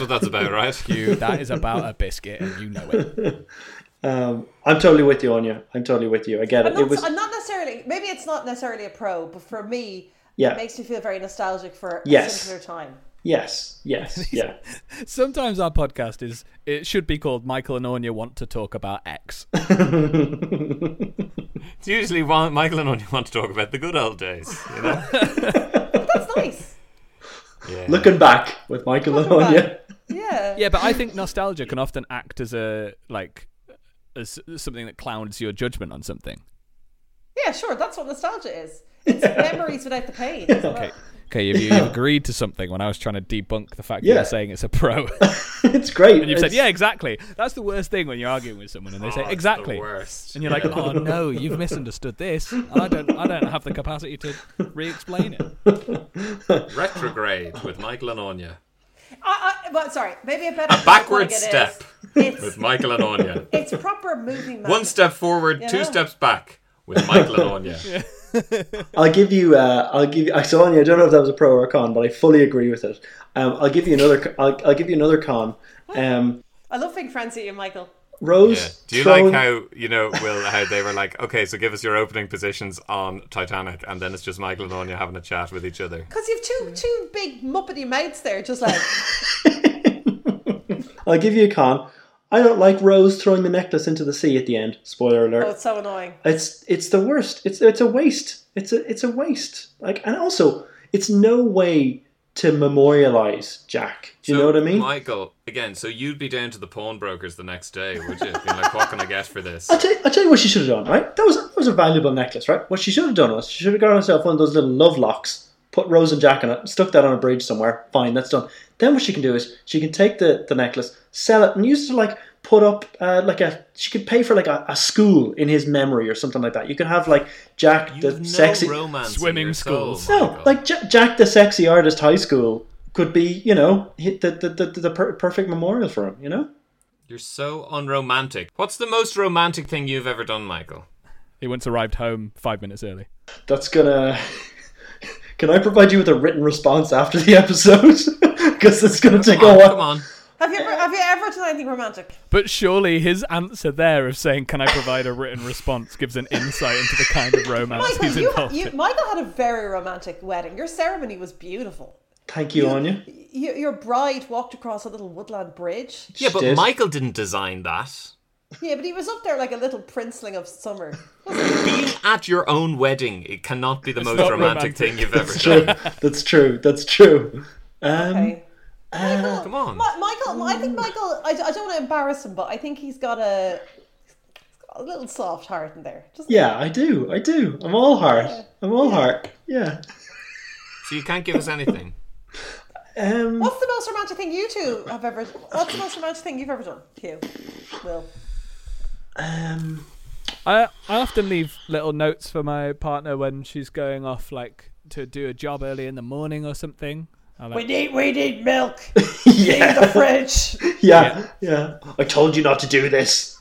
Speaker 5: what that's about, right? <laughs>
Speaker 6: you, that is about a biscuit, and you know <laughs> it.
Speaker 4: Um, I'm totally with you, Anya. I'm totally with you. I get
Speaker 3: I'm
Speaker 4: it.
Speaker 3: not,
Speaker 4: It was.
Speaker 3: I'm not necessarily. Maybe it's not necessarily a pro, but for me,
Speaker 4: Yeah.
Speaker 3: it makes me feel very nostalgic for
Speaker 4: Yes.
Speaker 3: a simpler time.
Speaker 4: Yes. Yes. Yeah.
Speaker 6: Sometimes our podcast is it should be called Michael and Anya want to talk about X.
Speaker 5: It's usually why Michael and I want to talk about the good old days. You know?
Speaker 3: That's nice.
Speaker 5: yeah.
Speaker 4: Looking back with Michael and
Speaker 3: Looking
Speaker 4: Anya.
Speaker 3: Yeah.
Speaker 6: Yeah, but I think nostalgia can often act as a like as something that clouds your judgment on something.
Speaker 3: Yeah, sure. That's what nostalgia is.
Speaker 4: <laughs>
Speaker 3: It's memories without the pain. isn't it?
Speaker 6: Okay. Okay, if you have agreed to something when I was trying to debunk the fact that
Speaker 4: Yeah.
Speaker 6: you're saying it's a pro,
Speaker 4: <laughs>
Speaker 6: <laughs>
Speaker 4: It's great.
Speaker 6: and you've said,
Speaker 4: It's-
Speaker 6: "Yeah, exactly." That's the worst thing when you're arguing with someone and they
Speaker 5: Oh,
Speaker 6: say,
Speaker 5: it's the
Speaker 6: "Exactly,"
Speaker 5: worst.
Speaker 6: and you're like, "Oh no, you've misunderstood this. I don't, I don't have the capacity to re-explain it."
Speaker 5: <laughs> Retrograde with Michael and Anya.
Speaker 3: I, I, well, sorry. Maybe a better.
Speaker 5: A backward
Speaker 3: like it is,
Speaker 5: step
Speaker 3: It's,
Speaker 5: with Michael and Anya.
Speaker 3: it's proper movie magic.
Speaker 5: One step forward, two
Speaker 3: Yeah.
Speaker 5: steps back with Michael and <laughs> Anya.
Speaker 4: I'll give you. Uh, I'll give you. <laughs> I saw Anya. I don't know if that was a pro or a con, but I fully agree with it. Um, I'll give you another. co- I'll, I'll give you another con. Um,
Speaker 3: I love being friends with you, Michael.
Speaker 4: Rose.
Speaker 5: Yeah. Do you
Speaker 4: throwing-
Speaker 5: like how you know Will how they were like, okay, so give us your opening positions on Titanic, and then it's just Michael and Anya having a chat with each other.
Speaker 3: Because you've
Speaker 4: Mm.
Speaker 3: two two big muppety mouths there, just
Speaker 4: <laughs>
Speaker 3: like
Speaker 4: I'll give you a con. I don't like Rose throwing the necklace into the sea at the end. Spoiler alert.
Speaker 3: oh, it's so annoying.
Speaker 4: It's it's the worst. It's it's a waste. It's a it's a waste. Like and also it's no way to memorialize Jack. Do you
Speaker 5: So,
Speaker 4: know what I mean?
Speaker 5: Michael, again, so you'd be down to the pawnbrokers the next day, would you? Being like, what can I get
Speaker 4: <laughs>
Speaker 5: for this?
Speaker 4: I'll tell, you, I'll tell you what she should have done, right? That was that was a valuable necklace, right? What she should have done was she should have got herself one of those little love locks, put Rose and Jack in it, stuck that on a bridge somewhere. Fine, that's done. Then what she can do is she can take the, the necklace, sell it, and use it to like put up uh, like a she could pay for like a, a school in his memory or something like that. You could have like Jack
Speaker 5: You've
Speaker 4: the
Speaker 5: no
Speaker 4: sexy
Speaker 5: romance in
Speaker 6: Swimming
Speaker 5: your soul,
Speaker 6: schools.
Speaker 4: No,
Speaker 5: Michael.
Speaker 4: like J- Jack the Sexy Artist High School could be, you know, hit the the, the, the per- perfect memorial for him, you know?
Speaker 5: You're so unromantic. What's the most romantic thing you've ever done, Michael?
Speaker 6: He once arrived home five minutes early.
Speaker 4: That's gonna. <laughs> Can I provide you with a written response after the episode? <laughs> Because it's oh, gonna take
Speaker 5: Come
Speaker 4: a
Speaker 5: on,
Speaker 4: while.
Speaker 5: come on.
Speaker 3: Have you ever have you ever done anything romantic?
Speaker 6: But surely his answer there of saying, "Can I provide a written response?" gives an insight into the kind of romance
Speaker 3: Michael,
Speaker 6: he's
Speaker 3: you,
Speaker 6: involved
Speaker 3: you
Speaker 6: in.
Speaker 3: Michael had a very romantic wedding. Your ceremony was beautiful.
Speaker 4: Thank you, Anya.
Speaker 3: You, your bride walked across a little woodland bridge.
Speaker 5: Yeah, but
Speaker 4: did.
Speaker 5: Michael didn't design that.
Speaker 3: Yeah, but he was up there like a little princeling of summer.
Speaker 5: Being at your own wedding, it cannot be the most
Speaker 6: not
Speaker 5: romantic,
Speaker 6: romantic.
Speaker 5: thing you've ever
Speaker 4: True.
Speaker 5: done.
Speaker 4: <laughs> That's true. That's true. Um,
Speaker 3: Okay.
Speaker 5: Come on.
Speaker 3: Mi- Michael, I think Michael. I, I don't want to embarrass him, but I think he's got a, a little soft heart in there. Just
Speaker 4: Yeah, I do. I do. I'm all heart. I'm all heart. Yeah.
Speaker 5: So you can't give us anything.
Speaker 4: Um,
Speaker 3: What's the most romantic thing you two have ever? What's the most romantic thing you've ever done, Hugh? Will.
Speaker 4: um,
Speaker 6: I I often leave little notes for my partner when she's going off, like to do a job early in the morning or something. I like,
Speaker 3: need we need
Speaker 6: <laughs>
Speaker 3: milk.
Speaker 4: yeah,
Speaker 3: fridge.
Speaker 4: yeah. Yeah. I told you not to do this.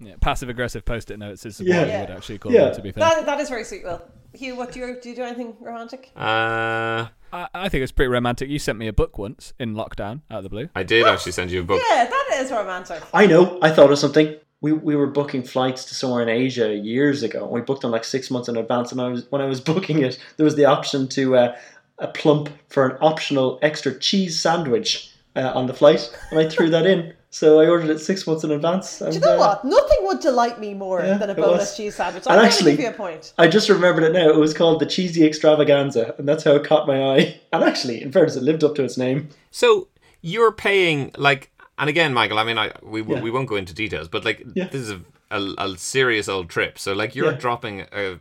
Speaker 6: yeah, passive aggressive post-it notes is
Speaker 4: Yeah.
Speaker 6: what I would
Speaker 3: Yeah.
Speaker 6: actually call
Speaker 4: Yeah.
Speaker 6: them. To be fair,
Speaker 3: That, that is very sweet, Will. Hugh, what do you do? You do anything romantic?
Speaker 5: Uh,
Speaker 6: I, I think it's pretty romantic. You sent me a book once in lockdown out of the blue.
Speaker 5: I did actually send you a book.
Speaker 3: Yeah, that is romantic.
Speaker 4: I know. I thought of something. We, we were booking flights to somewhere in Asia years ago. We booked them like six months in advance, and I was when I was <laughs> booking it, there was the option to uh, a plump for an optional extra cheese sandwich uh, on the flight, and I threw that
Speaker 3: <laughs>
Speaker 4: in. So I ordered it six months in advance. And,
Speaker 3: Do you know
Speaker 4: uh,
Speaker 3: what? Nothing would delight me more
Speaker 4: yeah,
Speaker 3: than a
Speaker 4: it
Speaker 3: bonus
Speaker 4: was.
Speaker 3: cheese sandwich.
Speaker 4: And
Speaker 3: I'm going to
Speaker 4: actually-
Speaker 3: give you a point.
Speaker 4: I just remembered it now. It was called the Cheesy Extravaganza, and that's how it caught my eye. <laughs> And actually, in fairness, it lived up to its name.
Speaker 5: So you're paying like, and again, Michael. I mean, I we we won't go into details, but like
Speaker 4: Yeah.
Speaker 5: this is a, a, a serious old trip. So like you're
Speaker 4: Yeah.
Speaker 5: dropping a,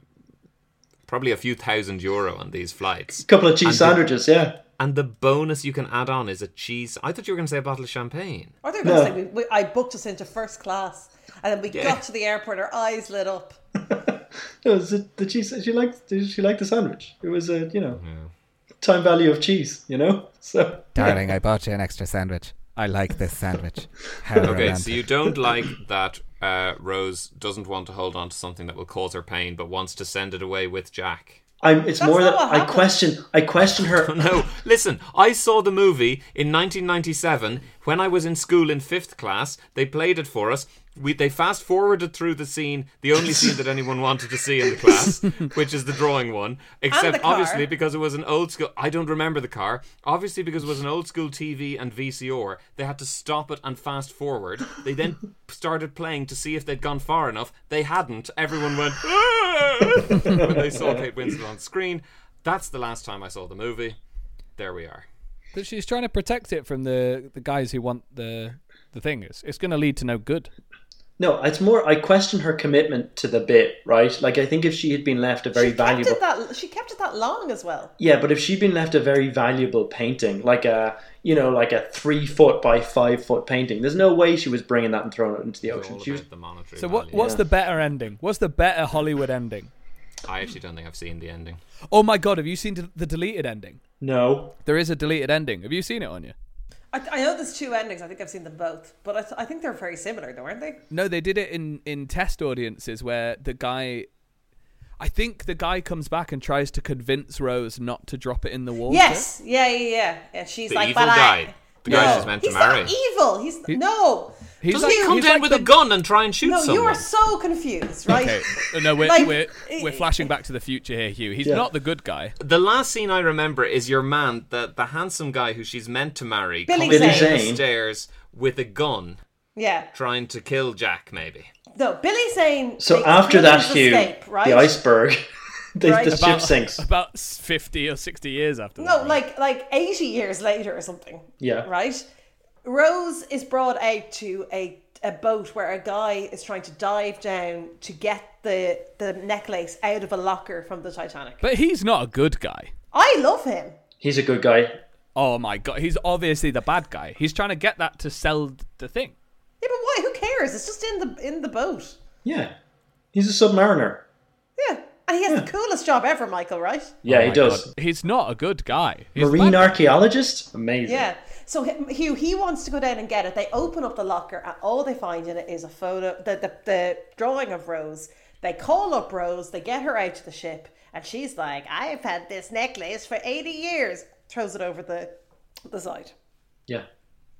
Speaker 5: probably a few thousand euro on these flights,
Speaker 4: A couple of cheese sandwiches, yeah.
Speaker 5: and the bonus you can add on is a cheese. I thought you were going to say a bottle of champagne.
Speaker 3: Or they're going to
Speaker 4: No.
Speaker 3: say, we, we, I booked us into first class. And then we got to the airport, our eyes lit up.
Speaker 4: It was the, the cheese. She liked. She liked the sandwich. It was a you know time value of cheese. You know. <laughs> So
Speaker 9: Darling, I bought you an extra sandwich. I like this sandwich. How
Speaker 5: Okay,
Speaker 9: romantic.
Speaker 5: so you don't like that uh, Rose doesn't want to hold on to something that will cause her pain, but wants to send it away
Speaker 4: <laughs>
Speaker 5: with Jack.
Speaker 4: I'm. It's
Speaker 3: That's
Speaker 4: more
Speaker 3: not
Speaker 4: that
Speaker 3: what
Speaker 4: I
Speaker 3: happened.
Speaker 4: question. I question
Speaker 5: <laughs>
Speaker 4: her.
Speaker 5: No, listen, I saw the movie in 1997 when I was in school in fifth class. They played it for us. We, they fast forwarded through the scene, the only scene that anyone wanted to see in the class, which is the drawing one. Except,
Speaker 3: car.
Speaker 5: obviously, because it was an old school. I don't remember the car. Obviously, because it was an old school TV and VCR, they had to stop it and fast forward. They then <laughs> started playing to see if they'd gone far enough. They hadn't. Everyone went, "Ah!" <laughs> when they saw Kate Winslet on screen. That's the last time I saw the movie. There we are.
Speaker 6: But she's trying to protect it from the, the guys who want the the thing. It's, it's going to lead to no good.
Speaker 4: No, it's more. I question her commitment to the bit. Right. Like I think if she had been left a very
Speaker 3: she
Speaker 4: valuable.
Speaker 3: Kept it that, she kept it that long as well.
Speaker 4: Yeah, but if she'd been left a very valuable painting, like a you know, like a three foot by five foot painting, there's no way she was bringing that and throwing it into the
Speaker 5: It's
Speaker 4: ocean.
Speaker 5: all
Speaker 4: She was
Speaker 5: about the monetary
Speaker 6: So what
Speaker 5: value.
Speaker 6: what's the better ending? What's the better Hollywood ending?
Speaker 5: I actually don't think I've seen the ending.
Speaker 6: Oh my god, have you seen the deleted ending?
Speaker 4: no.
Speaker 6: There is a deleted ending. Have you seen it on you?
Speaker 3: I, I know there's two endings. I think I've seen them both. But I, th- I think they're very similar, though, aren't they?
Speaker 6: No, they did it in in test audiences where the guy I think the guy comes back and tries to convince Rose not to drop it in the water.
Speaker 3: Yes. Yeah, yeah, yeah. And she's
Speaker 5: The
Speaker 3: like,
Speaker 5: evil
Speaker 3: but I.
Speaker 5: guy. The guy
Speaker 3: No.
Speaker 5: she's meant to
Speaker 3: he's
Speaker 5: marry.
Speaker 3: Not evil. He's no.
Speaker 6: He's
Speaker 5: Doesn't
Speaker 6: like-
Speaker 5: he come
Speaker 6: he's
Speaker 5: down
Speaker 6: like
Speaker 5: with
Speaker 6: the-
Speaker 5: a gun and try and shoot
Speaker 3: No, you
Speaker 5: someone?
Speaker 3: are so confused, right?
Speaker 6: Okay. No, we're,
Speaker 3: Like-
Speaker 6: we're we're flashing back to the future here, Hugh. He's
Speaker 4: Yeah.
Speaker 6: not the good guy.
Speaker 5: The last scene I remember is your man, the, the handsome guy who she's meant to marry,
Speaker 3: Billy
Speaker 5: comes
Speaker 4: Zane.
Speaker 5: down
Speaker 4: Billy
Speaker 5: the
Speaker 4: Zane.
Speaker 5: stairs with a gun,
Speaker 3: Yeah.
Speaker 5: trying to kill Jack. Maybe
Speaker 3: No, Billy Zane.
Speaker 4: So
Speaker 3: makes
Speaker 4: after that,
Speaker 3: William's
Speaker 4: Hugh,
Speaker 3: escape, right?
Speaker 4: the iceberg, <laughs> the,
Speaker 3: Right.
Speaker 4: the ship
Speaker 6: About-
Speaker 4: sinks.
Speaker 6: About 50 or 60 years after that.
Speaker 3: No, like like eighty years later or something.
Speaker 4: Yeah.
Speaker 3: Right. Rose is brought out to a a boat where a guy is trying to dive down to get the the necklace out of a locker from the Titanic.
Speaker 6: But he's not a good guy.
Speaker 3: I love him.
Speaker 4: He's a good guy.
Speaker 6: Oh my god, he's obviously the bad guy. He's trying to get that to sell the thing.
Speaker 3: Yeah, but why? Who cares? It's just in the in the boat.
Speaker 4: Yeah, he's a submariner.
Speaker 3: Yeah. And he has the coolest job ever, Michael, right?
Speaker 4: Yeah, he
Speaker 6: Oh My
Speaker 4: does.
Speaker 6: God, He's not a good guy. He's a
Speaker 4: Marine
Speaker 6: bad guy.
Speaker 4: archaeologist, amazing.
Speaker 3: Yeah. So H- Hugh, he wants to go down and get it. They open up the locker, and all they find in it is a photo, the the, the drawing of Rose. They call up Rose. They get her out to the ship, and she's like, "I've had this necklace for eighty years." Throws it over the the side.
Speaker 4: yeah,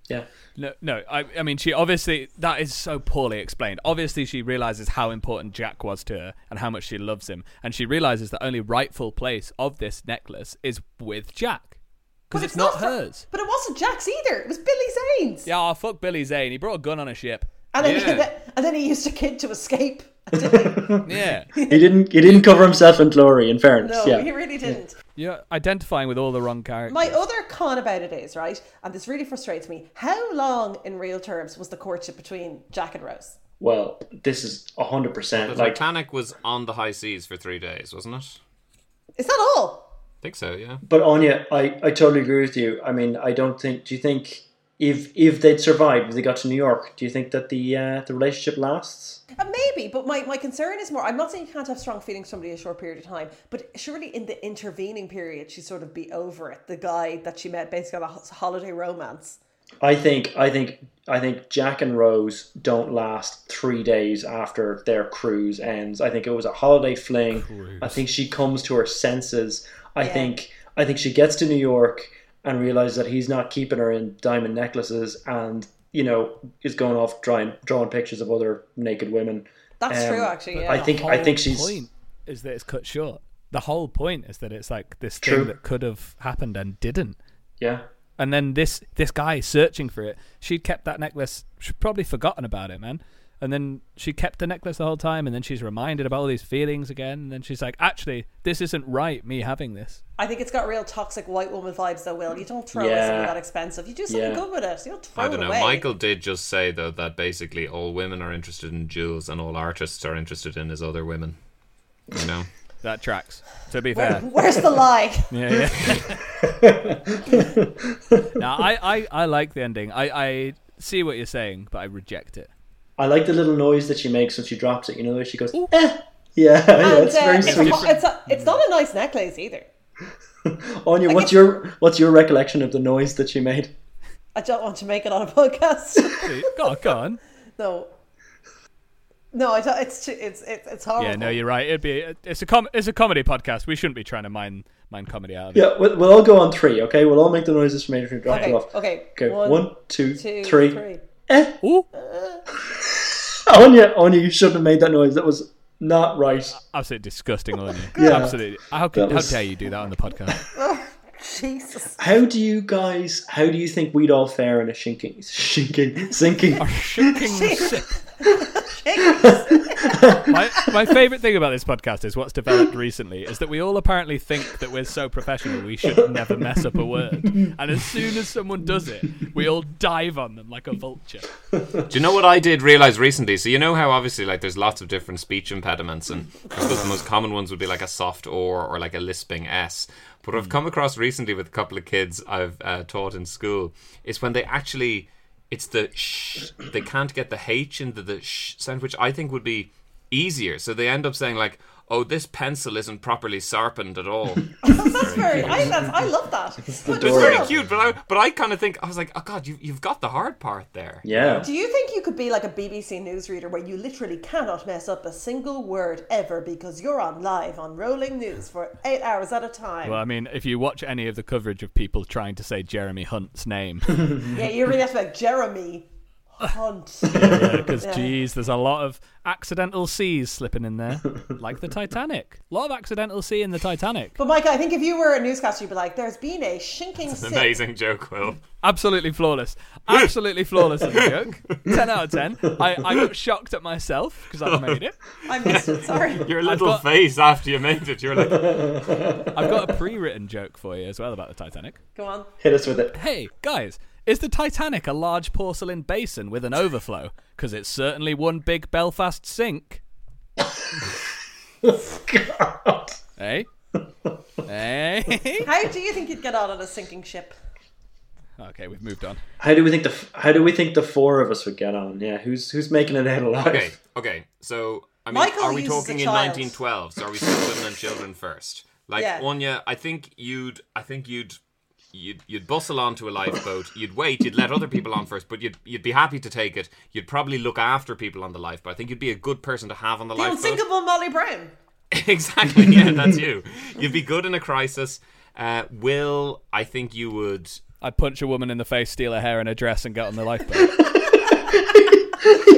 Speaker 4: yeah.
Speaker 6: No, no. I, I mean, she obviously that is so poorly explained. Obviously, she realizes how important Jack was to her and how much she loves him, and she realizes the only rightful place of this necklace is with Jack because
Speaker 3: But
Speaker 6: it's, not,
Speaker 3: for-
Speaker 6: hers.
Speaker 3: but it wasn't Jack's either. It was Billy Zane's.
Speaker 6: Yeah, oh, fuck Billy Zane. He brought a gun on
Speaker 4: <laughs>
Speaker 6: a ship.
Speaker 3: And then,
Speaker 5: Yeah.
Speaker 3: <laughs> and then he used a kid to escape. <laughs>
Speaker 6: <laughs> Yeah,
Speaker 4: He didn't. He didn't cover himself in glory. In fairness,
Speaker 3: No,
Speaker 4: yeah.
Speaker 3: he really didn't.
Speaker 6: you're identifying with all the wrong characters.
Speaker 3: My other con about it is right, and this really frustrates me. How long, in real terms, was the courtship between Jack and Rose?
Speaker 4: well, this is hundred
Speaker 5: the
Speaker 4: percent like
Speaker 5: Titanic was on the high seas for three days, wasn't it?
Speaker 3: Is that all?
Speaker 5: I think so. Yeah.
Speaker 4: But Anya, I, I totally agree with you. I mean, I don't think. Do you think if if they'd survived, if they got to New York, do you think that the uh, the relationship lasts?
Speaker 3: Uh, Maybe, but my, my concern is more. I'm not saying you can't have strong feelings for somebody in a short period of time, but surely in the intervening period, she'd sort of be over it. The guy that she met basically on a ho- holiday romance.
Speaker 4: I think I think I think Jack and Rose don't last three days after their cruise ends. I think it was a holiday fling. I think she comes to her senses. I think I think she gets to New York and realizes that he's not keeping her in diamond necklaces and, you know, is going off drawing, drawing pictures of other naked women.
Speaker 3: That's
Speaker 4: Um,
Speaker 3: true, actually. Yeah.
Speaker 4: I think I
Speaker 6: whole
Speaker 4: think she's
Speaker 6: point is that it's cut short. The whole point is that it's like this
Speaker 4: True.
Speaker 6: thing that could have happened and didn't.
Speaker 4: yeah.
Speaker 6: And then this this guy searching for it. She'd kept that necklace. She'd probably forgotten about it, man. And then she kept the necklace the whole time. And then she's reminded about all these feelings again. And then she's like, actually, this isn't right. Me having this.
Speaker 3: I think it's got real toxic white woman vibes, though, Will. You don't throw away
Speaker 4: Yeah.
Speaker 3: something that expensive. You do something
Speaker 4: Yeah.
Speaker 3: good with it. You don't throw
Speaker 5: I don't
Speaker 3: it
Speaker 5: know.
Speaker 3: away.
Speaker 5: Michael did just say though that basically all women are interested in jewels and all artists are interested in is other women. You know.
Speaker 6: That tracks. To be
Speaker 3: Where-
Speaker 6: fair.
Speaker 3: where's the lie?
Speaker 6: Yeah, yeah. now I, I, I like the ending. I, I see what you're saying, but I reject it.
Speaker 4: I like the little noise that she makes when she drops it. You know, the way she goes, eh. Yeah, <laughs> <laughs> yeah,
Speaker 3: And,
Speaker 4: it's
Speaker 3: uh,
Speaker 4: very
Speaker 3: it's,
Speaker 4: sweet.
Speaker 3: a, it's, a, it's not a nice necklace either.
Speaker 4: Anya, what's your what's your recollection of the noise that she made?
Speaker 3: I don't want to make it on a <laughs> podcast.
Speaker 6: Go on, go on.
Speaker 3: no, no, I don't, it's too, it's it's it's horrible.
Speaker 6: Yeah, no, you're right. It'd be it's a com- it's a comedy podcast. We shouldn't be trying to mine mine comedy out of it.
Speaker 4: Yeah, we'll, we'll all go on three, okay? We'll all make the noises from Adrian dropped
Speaker 3: Okay,
Speaker 4: it off.
Speaker 3: okay.
Speaker 4: Okay,
Speaker 3: One,
Speaker 4: one, two,
Speaker 3: two,
Speaker 4: three.
Speaker 3: three.
Speaker 6: Ooh,
Speaker 4: Anya, Anya, you shouldn't have made that noise. That was not right.
Speaker 6: absolutely disgusting, wasn't it?
Speaker 4: Yeah.
Speaker 6: Absolutely. How could,
Speaker 4: That was-
Speaker 6: how dare you do that on the
Speaker 4: <laughs>
Speaker 6: podcast?
Speaker 3: Jesus.
Speaker 4: How do you guys? How do you think we'd all fare in a shinking,
Speaker 3: <laughs>
Speaker 4: shinking, sinking?
Speaker 6: my my favorite thing about this podcast is what's developed recently is that we all apparently think that we're so professional we should never mess up a word, and as soon as someone does it, we all dive on them like a vulture.
Speaker 5: Do you know what I did realize recently? So you know how obviously like there's lots of different speech impediments, and I suppose the most common ones would be like a soft or or like a lisping s. But what I've come across recently with a couple of kids I've uh, taught in school is when they actually it's the sh. They can't get the h into the sh sound, which I think would be easier. So they end up saying like, "Oh, this pencil isn't properly sharpened at all."
Speaker 3: That's very. I, that's, I love that. But
Speaker 5: It's very
Speaker 3: still,
Speaker 5: cute, but I but I kind of think I was like, "Oh God, you you've got the hard part there."
Speaker 4: yeah,
Speaker 3: Do you think you could be like a BBC newsreader where you literally cannot mess up a single word ever because you're on live on rolling news for eight hours at a time?
Speaker 6: Well, I mean, if you watch any of the coverage of people trying to say Jeremy Hunt's name,
Speaker 3: Yeah, you really have to be like Jeremy
Speaker 6: <laughs>
Speaker 3: Hunt.
Speaker 6: because uh, geez, there's a lot of accidental C's slipping in there, like the Titanic. A lot of accidental C in the Titanic.
Speaker 3: But Mike, I think if you were a newscaster, you'd be like, "There's been a shinking
Speaker 5: It's an
Speaker 3: sick."
Speaker 5: amazing joke, Will.
Speaker 6: Absolutely flawless. Absolutely flawless as a joke. Ten out of ten. I, I got shocked at myself because I made it.
Speaker 3: I missed it.
Speaker 6: <laughs>
Speaker 3: Sorry.
Speaker 5: Your little
Speaker 6: got-
Speaker 5: face after you made it, you're
Speaker 3: <laughs>
Speaker 5: like,
Speaker 6: I've got a pre-written joke for you as well about the Titanic.
Speaker 3: Go on.
Speaker 4: hit us with it. <laughs>
Speaker 6: Hey guys, is the Titanic a large porcelain basin with an overflow? Because it's certainly one big Belfast sink.
Speaker 4: God.
Speaker 6: Hey. Hey.
Speaker 3: How do you think you'd get out on a sinking ship?
Speaker 6: Okay, we've moved on.
Speaker 4: How do we think the How do we think the four of us would get on? Yeah, who's who's making it out alive?
Speaker 5: okay, okay. So, I mean,
Speaker 3: Michael
Speaker 5: are we
Speaker 3: uses a
Speaker 5: talking in
Speaker 3: child.
Speaker 5: 1912? So, are we still women and children first? Like,
Speaker 3: Yeah.
Speaker 5: Anya, I think you'd, I think you'd, you'd, you'd bustle onto a lifeboat. You'd wait. You'd let other people on first, but you'd, you'd be happy to take it. You'd probably look after people on the lifeboat. I think you'd be a good person to have on the
Speaker 3: The
Speaker 5: lifeboat.
Speaker 3: unsinkable Molly Brown.
Speaker 5: <laughs> exactly.
Speaker 3: <laughs>
Speaker 5: Yeah, that's you. You'd be good in a crisis. Uh, Will, I think you would.
Speaker 6: I'd punch a woman in the face, steal her hair and her dress, and get on the lifeboat.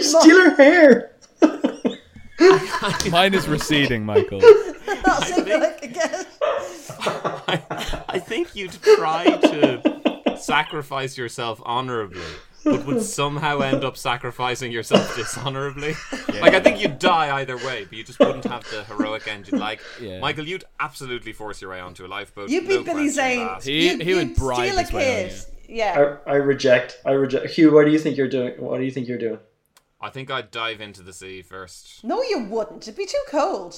Speaker 4: Steal her hair.
Speaker 6: Mine is receding, Michael.
Speaker 3: Not sinking like again.
Speaker 5: <laughs> I think you'd try to sacrifice yourself honorably, but would somehow end up sacrificing yourself dishonorably. Like I think you'd die either way, but you just wouldn't have the heroic end you'd like.
Speaker 6: Yeah.
Speaker 5: Michael, you'd absolutely force your way onto a lifeboat.
Speaker 3: You'd be
Speaker 5: no
Speaker 3: Billy
Speaker 5: questions
Speaker 3: Zane.
Speaker 5: asked.
Speaker 6: He-
Speaker 3: you'd,
Speaker 6: he would
Speaker 3: you'd
Speaker 6: bribe
Speaker 3: steal a
Speaker 6: his way out,
Speaker 3: kid. Yeah.
Speaker 4: I, I reject. I reject. Hugh, what do you think you're doing? What do you think you're doing?
Speaker 5: I think I'd dive into the sea first.
Speaker 3: No, you wouldn't. It'd be too cold.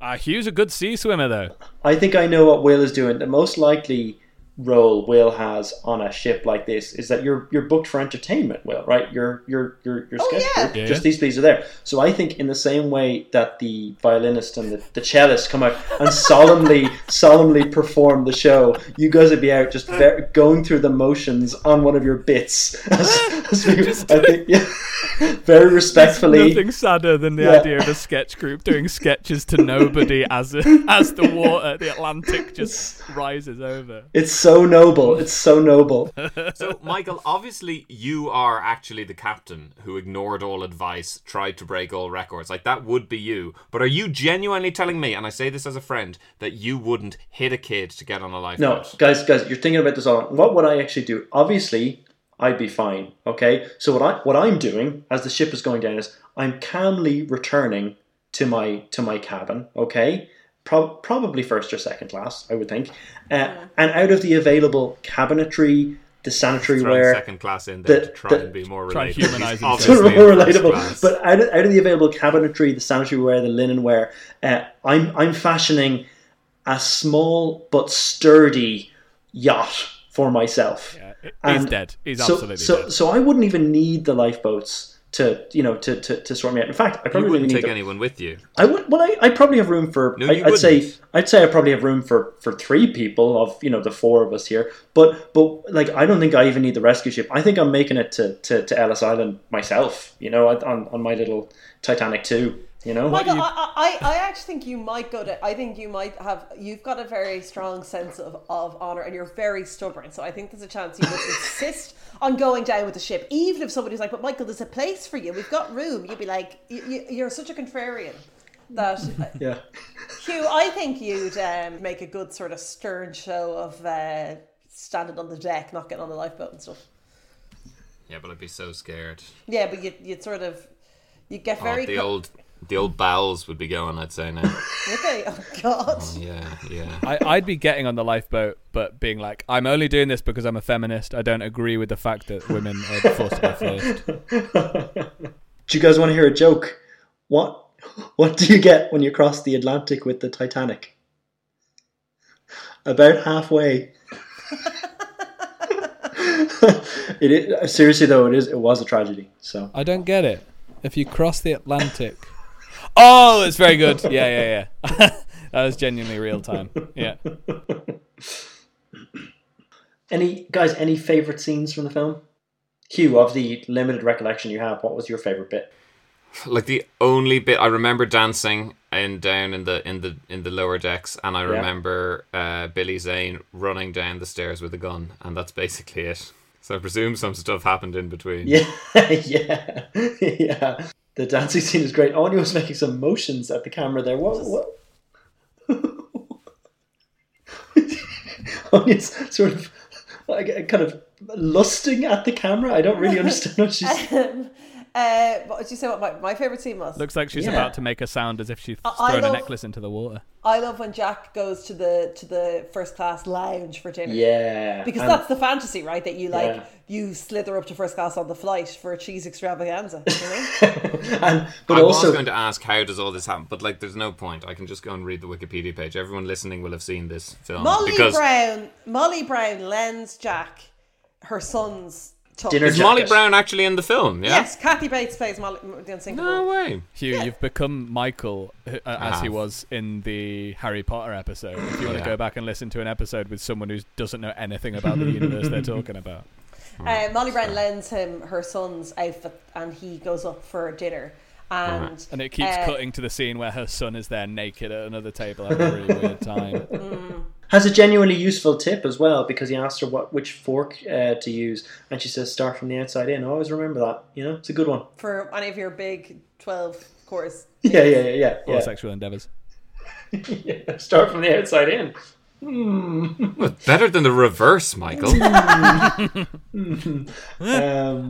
Speaker 6: Uh, Hugh's a good sea swimmer, though.
Speaker 4: I think I know what Will is doing. The most likely role Will has on a ship like this is that you're you're booked for entertainment, Will, right? Your your your your
Speaker 3: Oh,
Speaker 4: sketch
Speaker 3: yeah.
Speaker 4: group,
Speaker 6: Yeah.
Speaker 4: just these plays are there. So I think in the same way that the violinist and the, the cellist come out
Speaker 3: <laughs>
Speaker 4: and solemnly solemnly perform the show, you guys would be out
Speaker 3: <laughs>
Speaker 4: just ver- going through the motions on one of your bits. As, as we- I think, yeah. very respectfully.
Speaker 6: Nothing sadder than the
Speaker 4: Yeah.
Speaker 6: idea of a sketch group doing sketches to nobody as as the water, the Atlantic, just rises over.
Speaker 4: It's so noble. It's so noble. <laughs>
Speaker 5: So, Michael, obviously you are actually the captain who ignored all advice, tried to break all records. Like, that would be you. But are you genuinely telling me, and I say this as a friend, that you wouldn't hit a kid to get on a
Speaker 4: No,
Speaker 5: lifeboat?
Speaker 4: guys, guys, you're thinking about this all. What would I actually do? Obviously, I'd be fine. Okay. So what I what I'm doing as the ship is going down is I'm calmly returning to my to my cabin. Okay. Pro- probably first or second class, I would think. Uh, and out of the available cabinetry, the sanitary
Speaker 5: Throwing
Speaker 4: ware,
Speaker 5: second class in there
Speaker 4: the-
Speaker 5: to try
Speaker 4: the-
Speaker 5: and be more
Speaker 6: Try and
Speaker 5: relatable.
Speaker 6: humanise
Speaker 5: He's
Speaker 6: himself.
Speaker 4: Sort
Speaker 5: obviously
Speaker 4: of more
Speaker 5: in first
Speaker 4: relatable.
Speaker 5: class.
Speaker 4: But out of, out of the available cabinetry, the sanitary ware, the linen ware, uh, I'm I'm fashioning a small but sturdy yacht for myself.
Speaker 6: He's
Speaker 4: And
Speaker 6: dead. He's
Speaker 4: so,
Speaker 6: absolutely
Speaker 4: so,
Speaker 6: dead.
Speaker 4: So I wouldn't even need the lifeboats to you know to, to, to sort me out. In fact, I
Speaker 5: you
Speaker 4: probably
Speaker 5: wouldn't
Speaker 4: need
Speaker 5: take
Speaker 4: them.
Speaker 5: anyone with you.
Speaker 4: I would. Well, I, I probably have room for.
Speaker 5: No,
Speaker 4: I,
Speaker 5: you
Speaker 4: I'd say.
Speaker 5: wouldn't.
Speaker 4: I'd say I probably have room for for three people of you know the four of us here. But but like I don't think I even need the rescue ship. I think I'm making it to to, to Ellis Island myself. You know, on on my little Titanic two. You know.
Speaker 3: Michael, I, I, I actually think you might go to. I think you might have. You've got a very strong sense of, of honor, and you're very stubborn. So I think there's a chance
Speaker 6: <laughs>
Speaker 3: you would insist on going down with the ship, even if somebody's like, "But Michael, there's a place for you. We've got room." You'd be like, you, you, "You're such a contrarian." That uh,
Speaker 4: Yeah.
Speaker 3: Hugh, I think you'd um, make a good sort of stern show of uh, standing on the deck, not getting on the lifeboat and stuff.
Speaker 5: Yeah, but I'd be so scared.
Speaker 3: Yeah, but you'd, you'd sort of you would get
Speaker 5: Oh,
Speaker 3: very
Speaker 5: the
Speaker 3: co-
Speaker 5: old the old bowels would be going, I'd say now. <laughs>
Speaker 3: okay. <laughs> Oh God.
Speaker 5: yeah, yeah.
Speaker 6: I, I'd be getting on the lifeboat, but being like, I'm only doing this because I'm a feminist. I don't agree with the fact that women are forced to be first.
Speaker 4: Do you guys want to hear a joke? What what do you get when you cross the Atlantic with the Titanic? About halfway. <laughs> it is, seriously though it is it was a tragedy. So
Speaker 6: I don't get it. If you cross the Atlantic. Oh, that's very good. Yeah, yeah, yeah. <laughs> that was genuinely real time. Yeah.
Speaker 4: Any guys? Any favorite scenes from the film? Hugh, of the limited recollection you have, what was your favorite bit? <laughs>
Speaker 5: like the only bit I remember dancing and down in the in the in the lower decks, and I remember uh, Billy Zane running down the stairs with a gun, and that's basically it. So I presume some stuff happened in between.
Speaker 4: Yeah, yeah, yeah. The dancing scene is great. Anya was making some motions at the camera there. What? what? <laughs> Anya's sort of like, kind of lusting at the camera. I don't
Speaker 3: <laughs>
Speaker 4: really understand what she's.
Speaker 5: Mm.
Speaker 3: Uh, what did you say? What my, my favorite scene was?
Speaker 6: Looks like she's
Speaker 4: Yeah.
Speaker 6: about to make a sound as if she's
Speaker 3: I- I
Speaker 6: thrown a
Speaker 3: love-
Speaker 6: necklace into the water.
Speaker 3: I love when Jack goes to the to the first class lounge for dinner.
Speaker 4: Yeah, Um,
Speaker 3: Because
Speaker 4: and-
Speaker 3: that's the fantasy, right? That you like
Speaker 4: Yeah.
Speaker 3: you slither up to first class on the flight for a cheese extravaganza. You know?
Speaker 4: <laughs> and but
Speaker 5: I
Speaker 4: also
Speaker 5: was going to ask how does all this happen, but like, there's no point. I can just go and read the Wikipedia page. Everyone listening will have seen this film
Speaker 3: Molly
Speaker 5: because
Speaker 3: Brown, Molly Brown lends Jack her son's tux.
Speaker 4: Dinner
Speaker 5: is Molly
Speaker 4: Jacket.
Speaker 5: Brown actually in the film? Yeah.
Speaker 3: Yes, Kathy Bates plays Molly the Unsinkable.
Speaker 5: No way.
Speaker 6: Hugh, you've become Michael uh, as he
Speaker 5: have.
Speaker 6: was in the Harry Potter episode. If you want
Speaker 5: Yeah.
Speaker 6: to go back and listen to an episode with someone who doesn't know anything about the universe <laughs> they're talking about.
Speaker 3: Uh, Molly Brown lends him her son's outfit, and he goes up for dinner. And
Speaker 6: And it keeps
Speaker 3: uh,
Speaker 6: cutting to the scene where her son is there naked at another table having a really
Speaker 4: <laughs>
Speaker 6: weird time.
Speaker 4: has a genuinely useful tip as well because he asked her what which fork uh, to use, and she says start from the outside in. I always remember that. You know, it's a
Speaker 3: <laughs>
Speaker 4: good one.
Speaker 3: for any of your big twelve course.
Speaker 4: Yeah, yeah, yeah, yeah.
Speaker 6: Or
Speaker 4: yeah.
Speaker 6: sexual endeavors.
Speaker 4: Yeah, <laughs> Start from the outside in.
Speaker 5: Well, better than the reverse,
Speaker 4: <laughs>
Speaker 5: Michael.
Speaker 4: Um,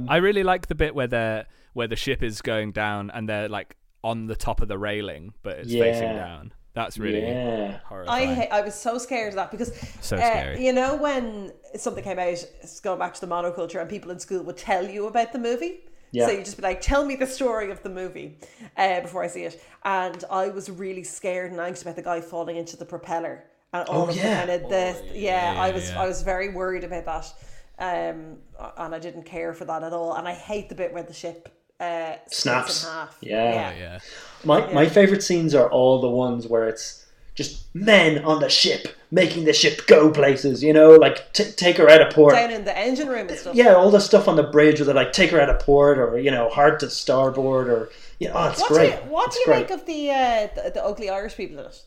Speaker 6: I really like the bit where they're where the ship is going down and they're like on the top of the railing, but it's facing
Speaker 4: Yeah.
Speaker 6: down. That's really
Speaker 4: yeah.
Speaker 6: horrifying.
Speaker 3: I ha- I was so scared of that because
Speaker 6: So
Speaker 3: uh,
Speaker 6: scary.
Speaker 3: you know when something came out, it's going back to the monoculture, and people in school would tell you about the movie.
Speaker 4: Yeah.
Speaker 3: So you just be like, tell me the story of the movie uh, before I see it. And I was really scared and anxious about the guy falling into the propeller and all
Speaker 4: Oh,
Speaker 3: of
Speaker 4: yeah.
Speaker 3: the kind of the yeah, I was I was very worried about that, um, and I didn't care for that at all. And I hate the bit where the ship uh, splits
Speaker 4: Snaps.
Speaker 3: in half.
Speaker 4: Yeah.
Speaker 6: yeah.
Speaker 4: My my favorite scenes are all the ones where it's just men on the ship making the ship go places. You know, like t- take her out of port.
Speaker 3: down in the engine room and stuff.
Speaker 4: Yeah, all the stuff on the bridge where they like take her out of port or you know hard to starboard or you know, oh, it's
Speaker 3: What do
Speaker 4: great.
Speaker 3: you, what
Speaker 4: It's
Speaker 3: do you
Speaker 4: great.
Speaker 3: make of the, uh, the the ugly Irish people in it?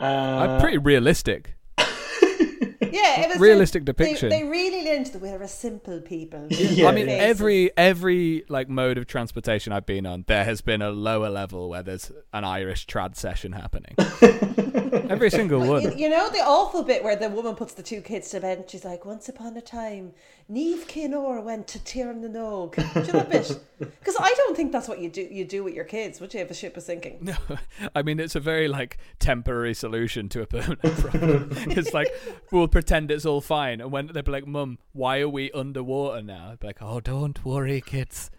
Speaker 4: Uh,
Speaker 6: I'm pretty realistic. <laughs>
Speaker 3: Yeah, it was
Speaker 6: Realistic
Speaker 3: they,
Speaker 6: depiction.
Speaker 3: They, they really leaned into the we're a simple people.
Speaker 4: Yeah.
Speaker 6: I mean,
Speaker 3: Faces.
Speaker 6: every every like mode of transportation I've been on, there has been a lower level where there's an Irish trad session happening. every single
Speaker 3: You,
Speaker 6: one.
Speaker 3: you know the awful bit where the woman puts the two kids to bed and she's like, Once upon a time, Neve Kinor went to Tirnanog. Do you know that bit? <laughs> Because I don't think that's what you do you do with your kids, would you, if a ship is sinking?
Speaker 6: No, <laughs> I mean it's a very like temporary solution to a permanent problem. <laughs> it's like we'll pretend it's all fine, and when they'll be like, "Mum, why are we underwater now?" I'd be like, "Oh, don't worry, kids.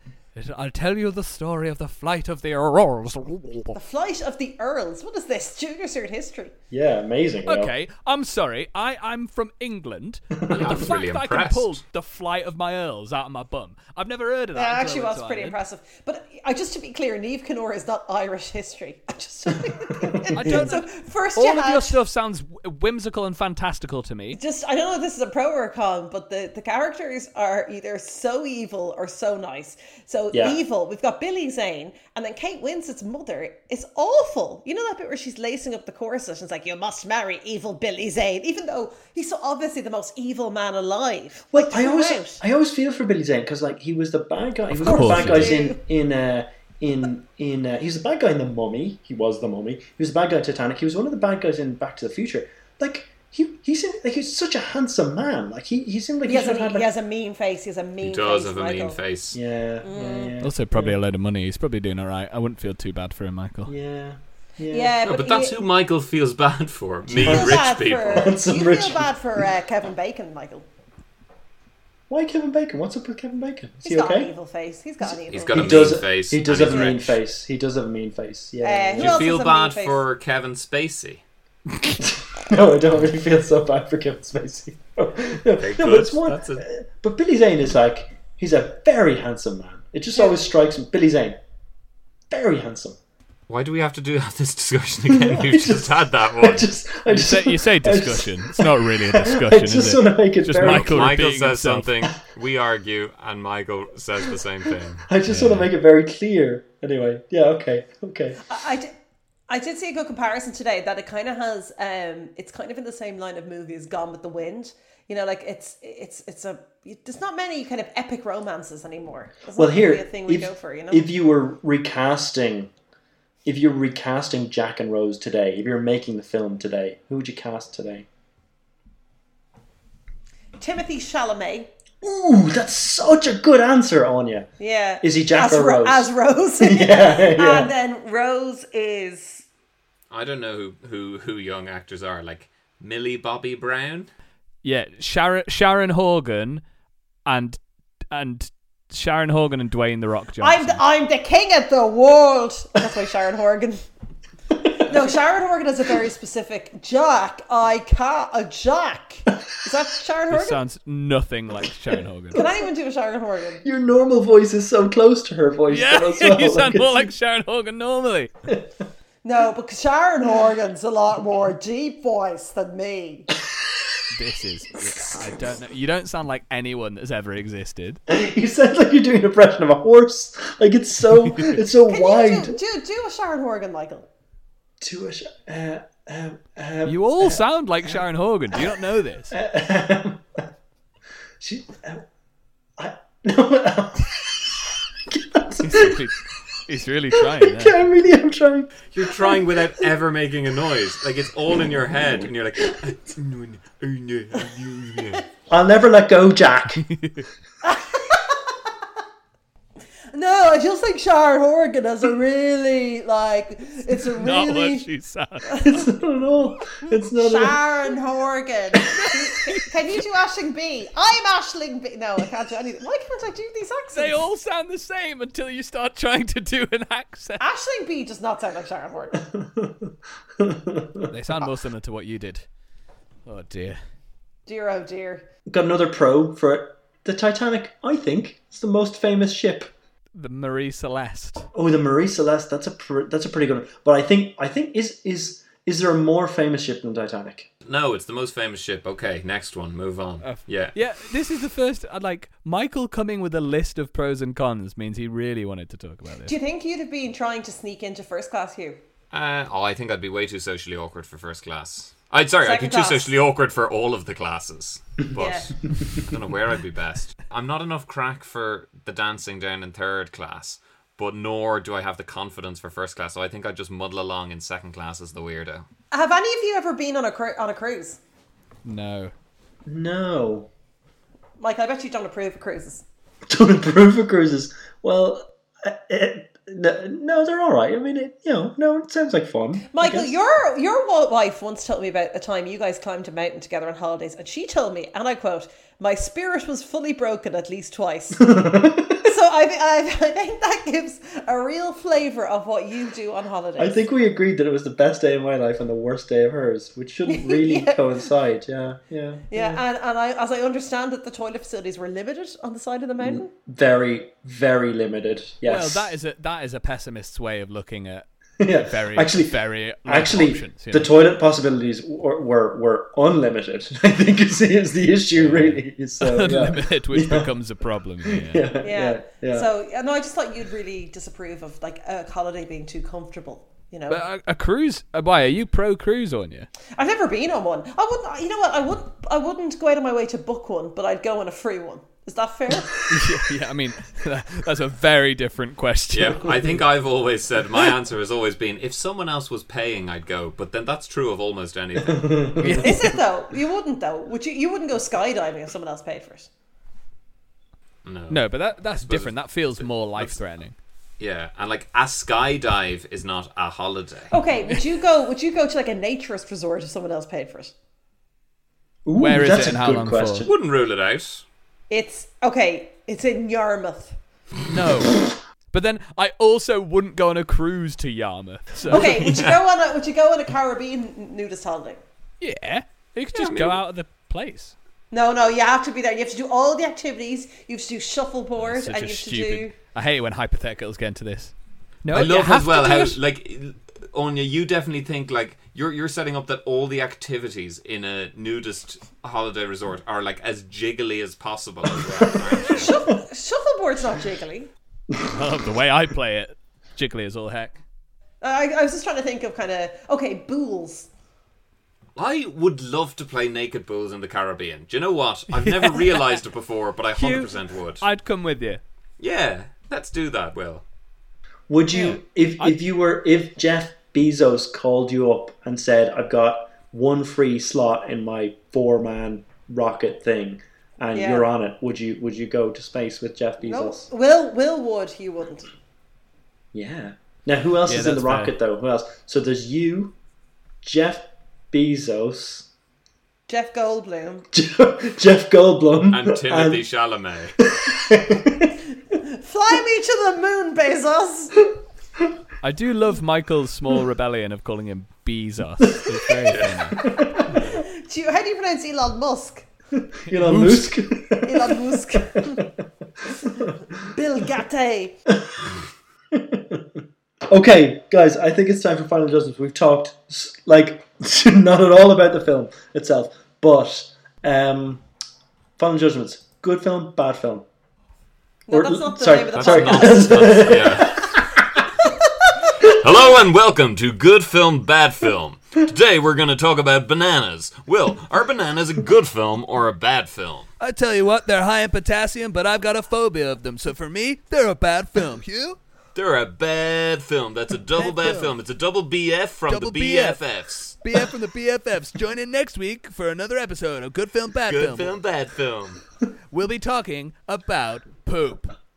Speaker 6: I'll tell you the story of the flight of the Auroras."
Speaker 3: The flight of the Earls. What is this? Junior cert history.
Speaker 4: yeah, amazing. you know.
Speaker 6: Okay, I'm sorry. I I'm from
Speaker 5: <laughs>
Speaker 6: England. the
Speaker 5: was
Speaker 6: fact
Speaker 5: really
Speaker 6: that I can
Speaker 5: impressed.
Speaker 6: pull the flight of my earls out of my bum, I've never heard of that.
Speaker 3: That
Speaker 6: until I
Speaker 3: actually
Speaker 6: went
Speaker 3: was
Speaker 6: to
Speaker 3: pretty
Speaker 6: Ireland.
Speaker 3: impressive. But I just to be clear, Neve Kinor is not Irish history. <laughs> I just
Speaker 6: I
Speaker 3: <laughs>
Speaker 6: don't
Speaker 3: so
Speaker 6: <laughs> know.
Speaker 3: first
Speaker 6: All
Speaker 3: you
Speaker 6: of
Speaker 3: had-
Speaker 6: your stuff sounds wh- whimsical and fantastical to me.
Speaker 3: just I don't know if this is a pro or a con, but the, the characters are either so evil or so nice. So
Speaker 4: Yeah.
Speaker 3: evil, we've got Billy Zane, and then Kate Winslet's mother is awful. You know that bit where she's lacing up the corset and it's like, You must marry evil Billy Zane, even though he's so obviously the most evil man alive.
Speaker 4: Well, I always,
Speaker 3: throughout.
Speaker 4: I always feel for Billy Zane because like he was the bad guy. He was one of the
Speaker 6: course
Speaker 4: bad
Speaker 6: he
Speaker 4: guys
Speaker 3: did.
Speaker 4: in in uh, in in. Uh, he was the bad guy in the Mummy. He was the Mummy. He was the bad guy in Titanic. He was one of the bad guys in Back to the Future. Like he, he seemed like he was such a handsome man. Like he, he seemed like
Speaker 3: he
Speaker 4: he,
Speaker 3: has, a,
Speaker 4: should have
Speaker 3: mean-
Speaker 4: had
Speaker 3: he has
Speaker 4: like
Speaker 3: a mean face. He has a mean
Speaker 5: He does
Speaker 3: face.
Speaker 5: have a
Speaker 3: Michael.
Speaker 5: mean face.
Speaker 4: yeah, yeah,
Speaker 3: Mm.
Speaker 4: yeah,
Speaker 6: Also, probably a load of money. He's probably doing all right. I wouldn't feel too bad for him, Michael.
Speaker 4: yeah.
Speaker 3: Yeah,
Speaker 5: No, but that's
Speaker 3: you,
Speaker 5: who Michael feels bad for. Me,
Speaker 3: you feel
Speaker 5: rich
Speaker 3: bad
Speaker 5: people.
Speaker 3: For,
Speaker 4: Some
Speaker 3: you
Speaker 4: rich
Speaker 3: feel
Speaker 4: people.
Speaker 3: bad for uh, Kevin Bacon, Michael.
Speaker 4: Why Kevin Bacon? What's up with Kevin Bacon? Is
Speaker 3: He's
Speaker 4: he
Speaker 3: got
Speaker 4: okay?
Speaker 3: an evil face. He's got an evil.
Speaker 5: He's got
Speaker 4: he
Speaker 5: a mean
Speaker 4: does.
Speaker 5: face.
Speaker 4: He does
Speaker 5: and
Speaker 4: have a
Speaker 5: he's
Speaker 4: mean
Speaker 5: rich.
Speaker 4: face. He does have a mean face.
Speaker 3: Uh,
Speaker 4: Yeah.
Speaker 3: who
Speaker 5: Do you
Speaker 3: else
Speaker 5: feel
Speaker 3: has a mean
Speaker 5: bad
Speaker 3: face?
Speaker 5: for Kevin Spacey?
Speaker 4: <laughs> no, I don't really feel so bad for Kevin Spacey. <laughs> no, no, but
Speaker 5: good.
Speaker 4: it's one.
Speaker 5: That's a-
Speaker 4: But Billy Zane is like he's a very handsome man. It just always strikes me. Billy Zane, very
Speaker 5: <laughs>
Speaker 4: handsome.
Speaker 5: Why do we have to do <laughs> this
Speaker 3: <laughs>
Speaker 5: discussion again? We've just had
Speaker 4: <laughs>
Speaker 5: that
Speaker 4: I
Speaker 5: one.
Speaker 4: just, I
Speaker 6: You
Speaker 4: just
Speaker 6: say, you
Speaker 4: <laughs>
Speaker 6: say
Speaker 4: I just-
Speaker 6: discussion. It's not really a
Speaker 4: <laughs> I
Speaker 6: discussion,
Speaker 4: just
Speaker 6: is
Speaker 4: want to
Speaker 6: it?
Speaker 4: make it
Speaker 6: Just
Speaker 4: very.
Speaker 6: Michael
Speaker 5: Michael
Speaker 6: repeating
Speaker 5: says
Speaker 6: himself.
Speaker 5: something, we argue, and Michael says the same thing.
Speaker 4: <laughs> I just want to make it very clear. Anyway, yeah, okay, okay.
Speaker 3: I did, I did see a good comparison today that it kind of has um it's kind of in the same line of movie as Gone with the Wind. You know, like it's it's it's a there's not many kind of epic romances anymore. It's
Speaker 4: well,
Speaker 3: not
Speaker 4: here,
Speaker 3: really a thing we
Speaker 4: if,
Speaker 3: go for, you know.
Speaker 4: if you were recasting, if you're recasting Jack and Rose today, if you're making the film today, who would you cast today?
Speaker 3: Timothy Chalamet,
Speaker 4: Ooh, that's such a good answer, Anya.
Speaker 3: yeah,
Speaker 4: Is he Jack
Speaker 3: as
Speaker 4: or
Speaker 3: Ro-
Speaker 4: Rose?
Speaker 3: As Rose, <laughs>
Speaker 4: <laughs> yeah, yeah.
Speaker 3: and then Rose is
Speaker 5: I don't know who, who, who young actors are. Like Millie Bobby Brown?
Speaker 6: Yeah, Sharon Sharon Horgan and and Sharon Horgan and Dwayne the Rock Johnson.
Speaker 3: I'm the, I'm the king of the world. That's why Sharon
Speaker 4: <laughs>
Speaker 3: Horgan. No, Sharon Horgan has a very specific Jack. I can't a Jack. Is that Sharon
Speaker 6: this
Speaker 3: Horgan?
Speaker 6: sounds nothing like Sharon
Speaker 3: <laughs>
Speaker 6: Horgan.
Speaker 3: Can anyone do a Sharon Horgan?
Speaker 4: Your normal voice is so close to her voice.
Speaker 6: Yeah,
Speaker 4: though, as well.
Speaker 6: <laughs> you sound more
Speaker 4: it's-
Speaker 6: like Sharon Horgan normally.
Speaker 3: No, but Sharon Horgan's a lot more deep voice than me.
Speaker 6: This is I don't know. You don't sound like anyone that's ever existed.
Speaker 4: <laughs> you sound like you're doing an impression of a horse. Like it's
Speaker 6: <laughs>
Speaker 4: so it's so
Speaker 3: Can you
Speaker 4: wide.
Speaker 3: do, do, do a Sharon Horgan, Michael?
Speaker 4: To a sh- uh, um, um,
Speaker 6: You all sound like Sharon Horgan. Do you not know this?
Speaker 4: she, um, I, <laughs> no,
Speaker 6: He's, really- he's
Speaker 4: <laughs>
Speaker 6: really trying.
Speaker 4: I
Speaker 6: There.
Speaker 4: really am trying.
Speaker 5: You're trying without ever making a noise. Like it's all in your head, and you're like,
Speaker 4: I'll never let go,
Speaker 6: <laughs>
Speaker 4: Jack.
Speaker 3: No, I just think Sharon Horgan has a really like it's a
Speaker 6: Not
Speaker 3: really
Speaker 6: what she sounds.
Speaker 4: it's not at all. It's not at all.
Speaker 3: Sharon Horgan. Can you do Ashling B? I'm Ashling B. No, I can't do anything. Why can't I do these accents?
Speaker 6: They all sound the same until you start trying to do an accent.
Speaker 3: Ashling B does not sound like Sharon Horgan.
Speaker 6: They sound more similar to what you did. Oh dear.
Speaker 3: Dear oh dear.
Speaker 4: Got another pro for it. The Titanic, I think, is the most famous ship.
Speaker 6: the Marie Celeste.
Speaker 4: Oh, the Marie Celeste. That's a pr- that's a pretty good one. But I think I think is is is there a more famous ship than Titanic?
Speaker 5: No, it's the most famous ship. Okay, next one. Move on. Uh, yeah.
Speaker 6: Yeah, this is the first. I'd Like Michael coming with a list of pros and cons means he really wanted to talk about
Speaker 3: Do
Speaker 6: this.
Speaker 3: you think you'd have been trying to sneak into first class, Hugh?
Speaker 5: Uh, oh, I think I'd be way too socially awkward for first class. I'd sorry, I'd be
Speaker 3: Second
Speaker 5: too
Speaker 3: class.
Speaker 5: socially awkward for all of the classes.
Speaker 3: <laughs>
Speaker 5: But I don't know where I'd be best. I'm not enough crack for the dancing down in third class, but nor do I have the confidence for first class. So I think I'd just muddle along in second class as the weirdo.
Speaker 3: Have any of you ever been on a cru- on a cruise?
Speaker 6: No,
Speaker 4: No,
Speaker 3: Mike, I bet you don't approve of cruises.
Speaker 4: <laughs> don't approve of cruises. Well, uh, it, no, no, they're all right. I mean, it, you know, no, it sounds like fun.
Speaker 3: Michael, your your wa- wife once told me about a time you guys climbed a mountain together on holidays, and she told me, and I quote, "My spirit was fully broken at least
Speaker 4: <laughs>
Speaker 3: twice." so I, thi- I, I think that gives a real flavour of what you do on holidays.
Speaker 4: I think we agreed that it was the best day of my life and the worst day of hers, which shouldn't really coincide. Yeah, yeah.
Speaker 3: Yeah, and, and I, as I understand it, the toilet facilities were limited on the side of
Speaker 4: Mm,
Speaker 3: the mountain.
Speaker 4: Very, very limited. Yes.
Speaker 6: well, that is a that is a pessimist's way of looking at
Speaker 4: yeah.
Speaker 6: very
Speaker 4: actually
Speaker 6: very low
Speaker 4: actually
Speaker 6: options, you
Speaker 4: the
Speaker 6: know.
Speaker 4: toilet possibilities were were, were unlimited. <laughs> I think is, is the issue really.
Speaker 6: <laughs>
Speaker 4: So yeah.
Speaker 6: unlimited, which becomes a problem. Here.
Speaker 4: yeah,
Speaker 3: Yeah.
Speaker 4: yeah, yeah.
Speaker 3: So, yeah, no, I just thought you'd really disapprove of like a holiday being too comfortable. You know,
Speaker 6: But a, a cruise? uh, Why are you pro cruise on you? <laughs>
Speaker 3: I've never been on one. I wouldn't. You know what? I would. I wouldn't go out of my way to book one, but I'd go on a free one. Is that
Speaker 6: <laughs>
Speaker 3: fair?
Speaker 6: yeah, yeah, I mean <laughs> that, that's a very different question.
Speaker 5: Yeah, I think I've always said <laughs> my answer has always been if someone else was paying, I'd go. But then that's true of almost anything.
Speaker 3: Is it though? You wouldn't though. Would you? You wouldn't go skydiving if someone else paid for it.
Speaker 5: <laughs> No.
Speaker 6: No, but that that's different.
Speaker 5: it's-
Speaker 6: That feels more
Speaker 5: <laughs>
Speaker 6: life threatening.
Speaker 5: Yeah, and like a skydive is not a holiday.
Speaker 3: Okay. Would you go? Would you go to like a naturist resort if someone else paid for it?
Speaker 4: Ooh,
Speaker 6: Where is
Speaker 4: that's
Speaker 6: it and
Speaker 4: a
Speaker 6: how
Speaker 4: good
Speaker 6: long for?
Speaker 4: question.
Speaker 5: Wouldn't rule it out.
Speaker 3: It's okay. It's in Yarmouth.
Speaker 6: No. But then I also wouldn't go on a cruise to Yarmouth. So
Speaker 3: Okay. Would you go on a? Would you go on a Caribbean nudist holiday?
Speaker 6: yeah, you could just go out of the place.
Speaker 3: No, no. You have to be there. You have to do all the activities. You have to do shuffleboard,
Speaker 6: Such
Speaker 3: and you
Speaker 6: a
Speaker 3: have
Speaker 6: stupid.
Speaker 3: to do.
Speaker 6: I hate when hypotheticals get into this. No,
Speaker 5: I
Speaker 6: you
Speaker 5: love
Speaker 6: have
Speaker 5: as
Speaker 6: to
Speaker 5: well
Speaker 6: do
Speaker 5: how
Speaker 6: it.
Speaker 5: like Onya, you definitely think like you're you're setting up that all the activities in a nudist holiday resort are like as jiggly as possible. As <laughs> well, aren't you?
Speaker 3: Shuffleboard's not jiggly.
Speaker 6: Oh, <laughs> the way I play it, jiggly as all heck.
Speaker 3: I, I was just trying to think of kind of okay bools.
Speaker 5: I would love to play naked bulls in the Caribbean. Do you know what? <laughs> I've never realized it before, but I hundred percent would.
Speaker 6: I'd come with you.
Speaker 5: Yeah, let's do that. Will
Speaker 4: Would you if if you were if Jeff Bezos called you up and said, "I've got one free slot in my four man rocket thing," and
Speaker 3: Yeah.
Speaker 4: you're on it, would you would you go to space with Jeff
Speaker 3: No,
Speaker 4: Bezos?
Speaker 3: Oh, Will Will would you wouldn't?
Speaker 4: Yeah. Now, who else
Speaker 6: Yeah,
Speaker 4: is in the
Speaker 6: that's fair.
Speaker 4: rocket though? Who else? So there's you, Jeff Bezos, <laughs>
Speaker 3: Jeff Goldblum,
Speaker 4: Jeff Goldblum,
Speaker 5: and Timothy Chalamet.
Speaker 3: fly me to the moon, Bezos.
Speaker 6: I do love Michael's <laughs> small rebellion of calling him Bezos. It's very funny.
Speaker 3: Do you, how do you pronounce Elon Musk?
Speaker 4: Elon Musk.
Speaker 3: Elon Musk, Bill Gatte.
Speaker 4: okay, guys, I think it's time for final judgments. We've talked s- like <laughs> not at all about the film itself, but um, final judgments: good film, bad film.
Speaker 3: No,
Speaker 4: Or-
Speaker 3: that's not the
Speaker 4: sorry,
Speaker 3: name of the
Speaker 4: sorry.
Speaker 3: podcast.
Speaker 5: Yeah. Hello and welcome to Good Film Bad Film. Today we're going to talk about bananas. Will, are bananas a good film or a bad film?
Speaker 6: I tell you what, they're high in potassium, but I've got a phobia of them. So for me, they're a bad film. Hugh?
Speaker 5: They're a bad film. That's a double bad, film. It's a double BF from
Speaker 6: Double
Speaker 5: the
Speaker 6: BF.
Speaker 5: BFFs.
Speaker 6: BF from the BFFs. Join in next week for another episode of Good Film Bad
Speaker 5: Good
Speaker 6: Film.
Speaker 5: film, bad
Speaker 6: <laughs>
Speaker 5: film.
Speaker 6: We'll be talking about poop.
Speaker 4: <laughs>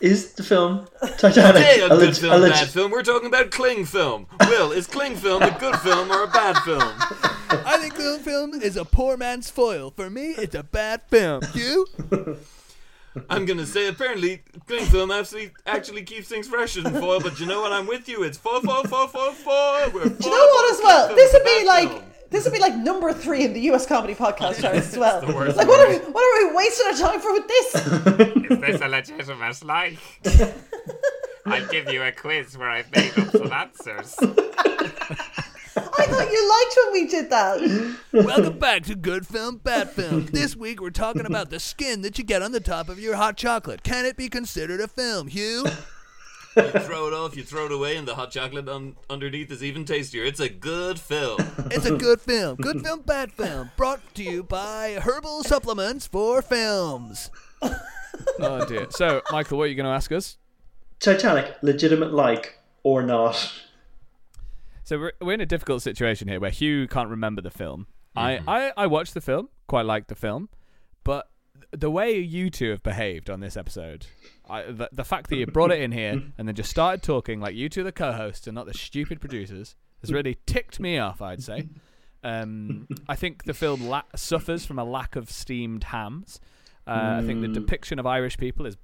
Speaker 4: Is the film Titanic
Speaker 5: Hey, a
Speaker 4: a,
Speaker 5: good
Speaker 4: leg-
Speaker 5: film,
Speaker 4: a leg-
Speaker 5: bad film. We're talking about Kling film. Will, is Kling film a good film or a bad film?
Speaker 6: I think Good Film is a poor man's foil. For me, it's a bad film. You?
Speaker 5: I'm gonna say apparently cling film actually actually keeps things fresher than
Speaker 6: Oh,
Speaker 5: foil, but you know what? I'm with you. It's foil, foil, foil, foil, foil. We're
Speaker 3: Do you know what? As well, this would be like This would be like number three in the US comedy
Speaker 6: <laughs>
Speaker 3: podcast charts as well. Like, what are, we, what are we wasting our time for with this?
Speaker 5: Is this a legitimate life? I'll give you a quiz where I've made up some answers.
Speaker 3: I thought you liked when we did that.
Speaker 6: Welcome back to Good Film, Bad Film. This week we're talking about the skin that you get on the top of your hot chocolate. Can it be considered a film, Hugh?
Speaker 5: You throw it off, you throw it away, and the hot chocolate un- underneath is even tastier. It's a good film.
Speaker 6: It's a good film. Good film, bad film. Brought to you by Herbal Supplements for Films. <laughs> oh dear. So, Michael, what are you going to ask us?
Speaker 4: Titanic, legitimate like
Speaker 3: <laughs>
Speaker 4: or not? <laughs>
Speaker 6: So we're, we're in a difficult situation here where Hugh can't remember the film. I, I, I watched the film, quite liked the film, but the way you two have behaved on this episode, I, the, the fact that you brought it in here and then just started talking like you two are the co-hosts and not the stupid producers has really ticked me off, I'd say. Um, I think the film la- suffers from a lack of steamed hams. Uh, I think the depiction of Irish people is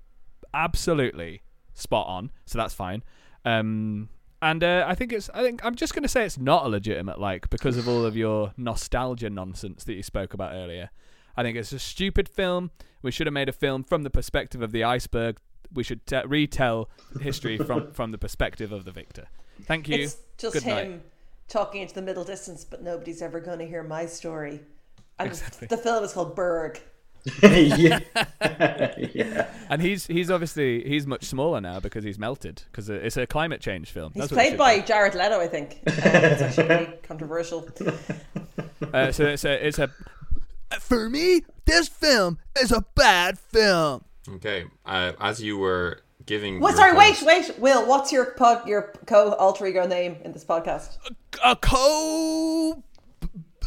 Speaker 6: absolutely spot on, so that's fine. Um, and uh, I think it's. I think I'm just going to say it's not a legitimate like because of all of your nostalgia nonsense that you spoke about earlier. I think it's a stupid film. We should have made a film from the perspective of the iceberg. We should t- retell history from from the perspective of the victor. Thank you.
Speaker 3: It's just
Speaker 6: Good
Speaker 3: him
Speaker 6: night.
Speaker 3: talking into the middle distance, but nobody's ever going to hear my story. And the film is called Berg.
Speaker 4: yeah. yeah.
Speaker 6: And he's he's obviously he's much smaller now because he's melted because it's a climate change film.
Speaker 3: He's
Speaker 6: That's what it
Speaker 3: played by
Speaker 6: should
Speaker 3: Jared Leto, I
Speaker 4: <laughs>
Speaker 3: think. Um, it's actually really controversial.
Speaker 6: Uh, so it's a, it's a. For me, this film is a bad film.
Speaker 5: Okay, uh, as you were giving.
Speaker 3: Well,
Speaker 5: your
Speaker 3: sorry, wait,
Speaker 5: thoughts-
Speaker 3: wait, Will. What's your pod, your co alter ego name in this podcast?
Speaker 6: A co,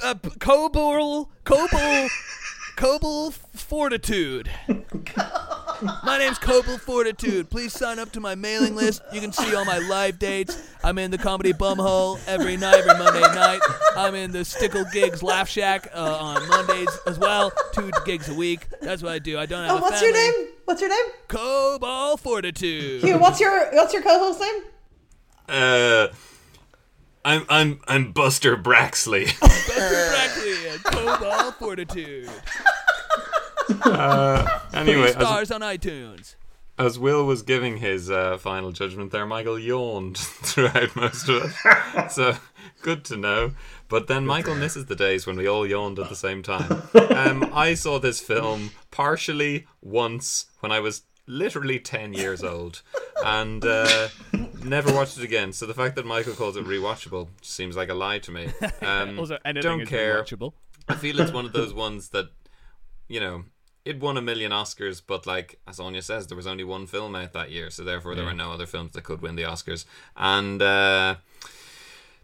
Speaker 6: uh, a p- cobal, cobal, cobal fortitude. My name's Cobal Fortitude. Please sign up to my mailing list. You can see all my live dates. I'm in the Comedy Bumhole every night, every Monday night. I'm in the Stickle Gigs Laugh Shack uh, on Mondays as well, two gigs a week. That's what I do. I don't have
Speaker 3: Oh,
Speaker 6: a
Speaker 3: what's your
Speaker 6: family.
Speaker 3: name? What's your
Speaker 4: <laughs>
Speaker 3: name?
Speaker 6: Cobal
Speaker 5: <laughs>
Speaker 6: Fortitude.
Speaker 3: Hugh, what's your what's your co-host name?
Speaker 5: Uh, I'm I'm I'm
Speaker 3: <laughs>
Speaker 5: Buster Braxley.
Speaker 6: Exactly, and Cobalt Fortitude.
Speaker 5: anyway, as,
Speaker 6: Stars on iTunes.
Speaker 5: as Will was giving his uh, final judgment there, Michael yawned <laughs> throughout most of it. So good to know. But then Michael misses the days when we all yawned at the same time. Um, I saw this film partially once when I was literally 10 years old and uh, never watched it again. So the fact that Michael calls it rewatchable just seems like a lie to me. Um, don't care. I feel it's one of those ones that, you know, it won a million Oscars, but like as Anya says, there was only one film out that year, so therefore there were no other films that could win the Oscars. And uh,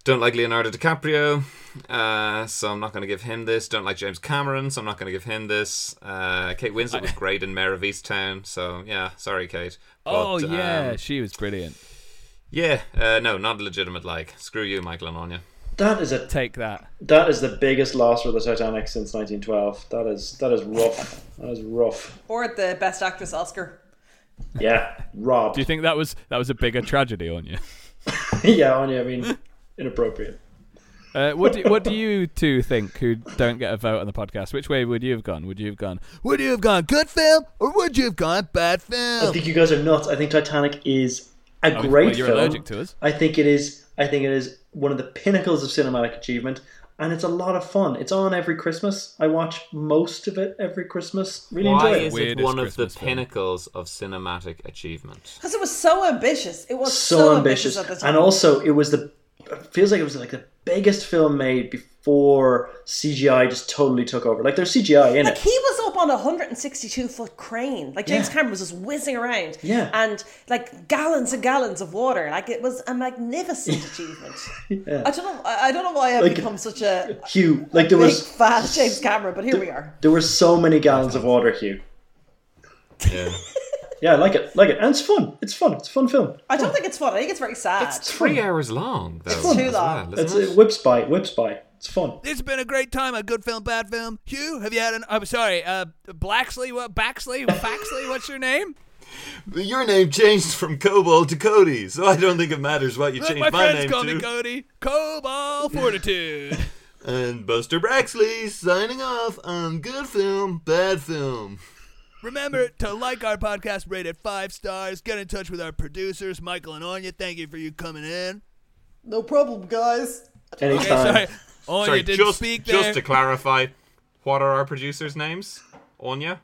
Speaker 5: don't like Leonardo DiCaprio, uh, so I'm not going to give him this. Don't like James Cameron, so I'm not going to give him this. Uh, Kate Winslet was great in Mayor of Easttown, so yeah, sorry, Kate.
Speaker 6: Oh
Speaker 5: But,
Speaker 6: yeah,
Speaker 5: um,
Speaker 6: she was brilliant.
Speaker 5: yeah. Uh, no, not legitimate. Like, screw you, Michael and Anya.
Speaker 4: That is a
Speaker 6: Take that.
Speaker 4: that is the biggest loss for the Titanic since 1912. That is that is rough. That is rough.
Speaker 3: Or the best actress Oscar?
Speaker 4: Yeah, Rob.
Speaker 6: Do you think that was that was a bigger tragedy on you?
Speaker 4: <laughs> yeah, Anya.
Speaker 3: <laughs>
Speaker 4: I mean, inappropriate.
Speaker 6: <laughs> Uh, what do, what do you two think who don't get a vote on the podcast? Which way would you have gone? Would you have gone? Would you have gone good film or would you have gone bad
Speaker 4: I
Speaker 5: Uh,
Speaker 3: Oh.
Speaker 6: film?
Speaker 4: think you guys are nuts. I think Titanic is a
Speaker 6: Oh,
Speaker 4: great
Speaker 6: well, you're
Speaker 4: film.
Speaker 6: allergic to us.
Speaker 4: I think it is. I think it is one of the pinnacles of cinematic achievement, and it's a lot of fun. It's on every Christmas. I watch most of it every Christmas. Really
Speaker 5: Why
Speaker 4: enjoy it.
Speaker 5: is it
Speaker 6: Weirdest
Speaker 5: one of the
Speaker 6: Christmas film.
Speaker 5: pinnacles of cinematic achievement?
Speaker 3: Because it was so ambitious. It was
Speaker 4: so,
Speaker 3: so,
Speaker 4: ambitious,
Speaker 3: at the time.
Speaker 4: and also it was the it feels like it was like the biggest film made before CGI just totally took over. Like there's CGI in
Speaker 3: Like
Speaker 4: it.
Speaker 3: he was up on a 162 foot crane. Like James Cameron was just whizzing around.
Speaker 4: Yeah.
Speaker 3: And like gallons and gallons of water. Like it was a
Speaker 4: <laughs>
Speaker 3: magnificent achievement. I don't know. I I don't know why I've
Speaker 4: Like-
Speaker 3: become such a
Speaker 4: Hugh, like there
Speaker 3: big
Speaker 4: was
Speaker 3: fan of James Cameron, but here we are.
Speaker 4: there were so many gallons of water, Hugh.
Speaker 5: Yeah. <laughs>
Speaker 4: Yeah, I like it, like it, and it's fun. It's fun. It's a fun film.
Speaker 3: I don't think it's fun. I think it's very sad.
Speaker 5: It's three hours long, though.
Speaker 3: It's too
Speaker 5: as
Speaker 3: long.
Speaker 5: well,
Speaker 4: It's
Speaker 5: isn't it?
Speaker 4: it whips by, whips by. It's fun.
Speaker 6: It's been a great time. A good film, bad film. Hugh, have you had an? I'm sorry, uh, Blacksley, what Baxley, Baxley? What's your name?
Speaker 5: Your name changed from Cobalt to Cody, so I don't think it matters what you
Speaker 6: Look,
Speaker 5: changed
Speaker 6: my
Speaker 5: my,
Speaker 6: friends
Speaker 5: name
Speaker 6: call
Speaker 5: to. <laughs>
Speaker 6: me Cody. Cobalt Fortitude.
Speaker 5: And Buster Braxley signing off on Good Film, Bad Film.
Speaker 10: Oh, Remember to like our podcast, rate it five stars. Get in touch with our producers, Michael and Anya. Thank you for you coming in.
Speaker 11: No problem, guys.
Speaker 10: Okay,
Speaker 4: Anytime.
Speaker 10: sorry. Anya
Speaker 5: Sorry,
Speaker 10: didn't
Speaker 5: just,
Speaker 10: speak there.
Speaker 5: just to clarify, what are our producers' names? Anya?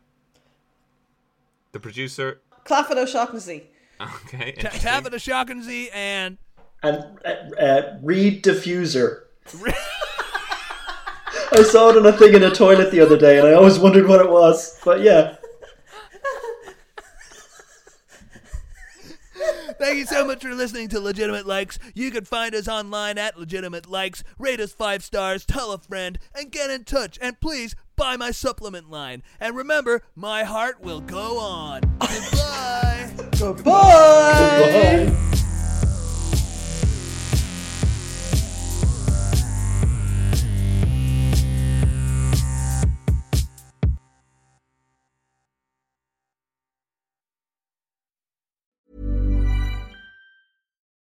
Speaker 5: The producer. <laughs>
Speaker 11: Claffin O'Shaughnessy.
Speaker 5: Okay.
Speaker 10: Ta-
Speaker 5: interesting.
Speaker 10: Tabitha Shockensy and
Speaker 4: And uh, uh, Reed Diffuser. <laughs> I saw it on a thing in a toilet the other day, and I always wondered what it was. But yeah,
Speaker 10: Thank you so much for listening to Legitimate Likes. You can find us online at Legitimate Likes, rate us five stars, tell a friend, and get in touch. And please buy my supplement line. And remember, my heart will go on. Goodbye.
Speaker 11: Goodbye.
Speaker 4: bye.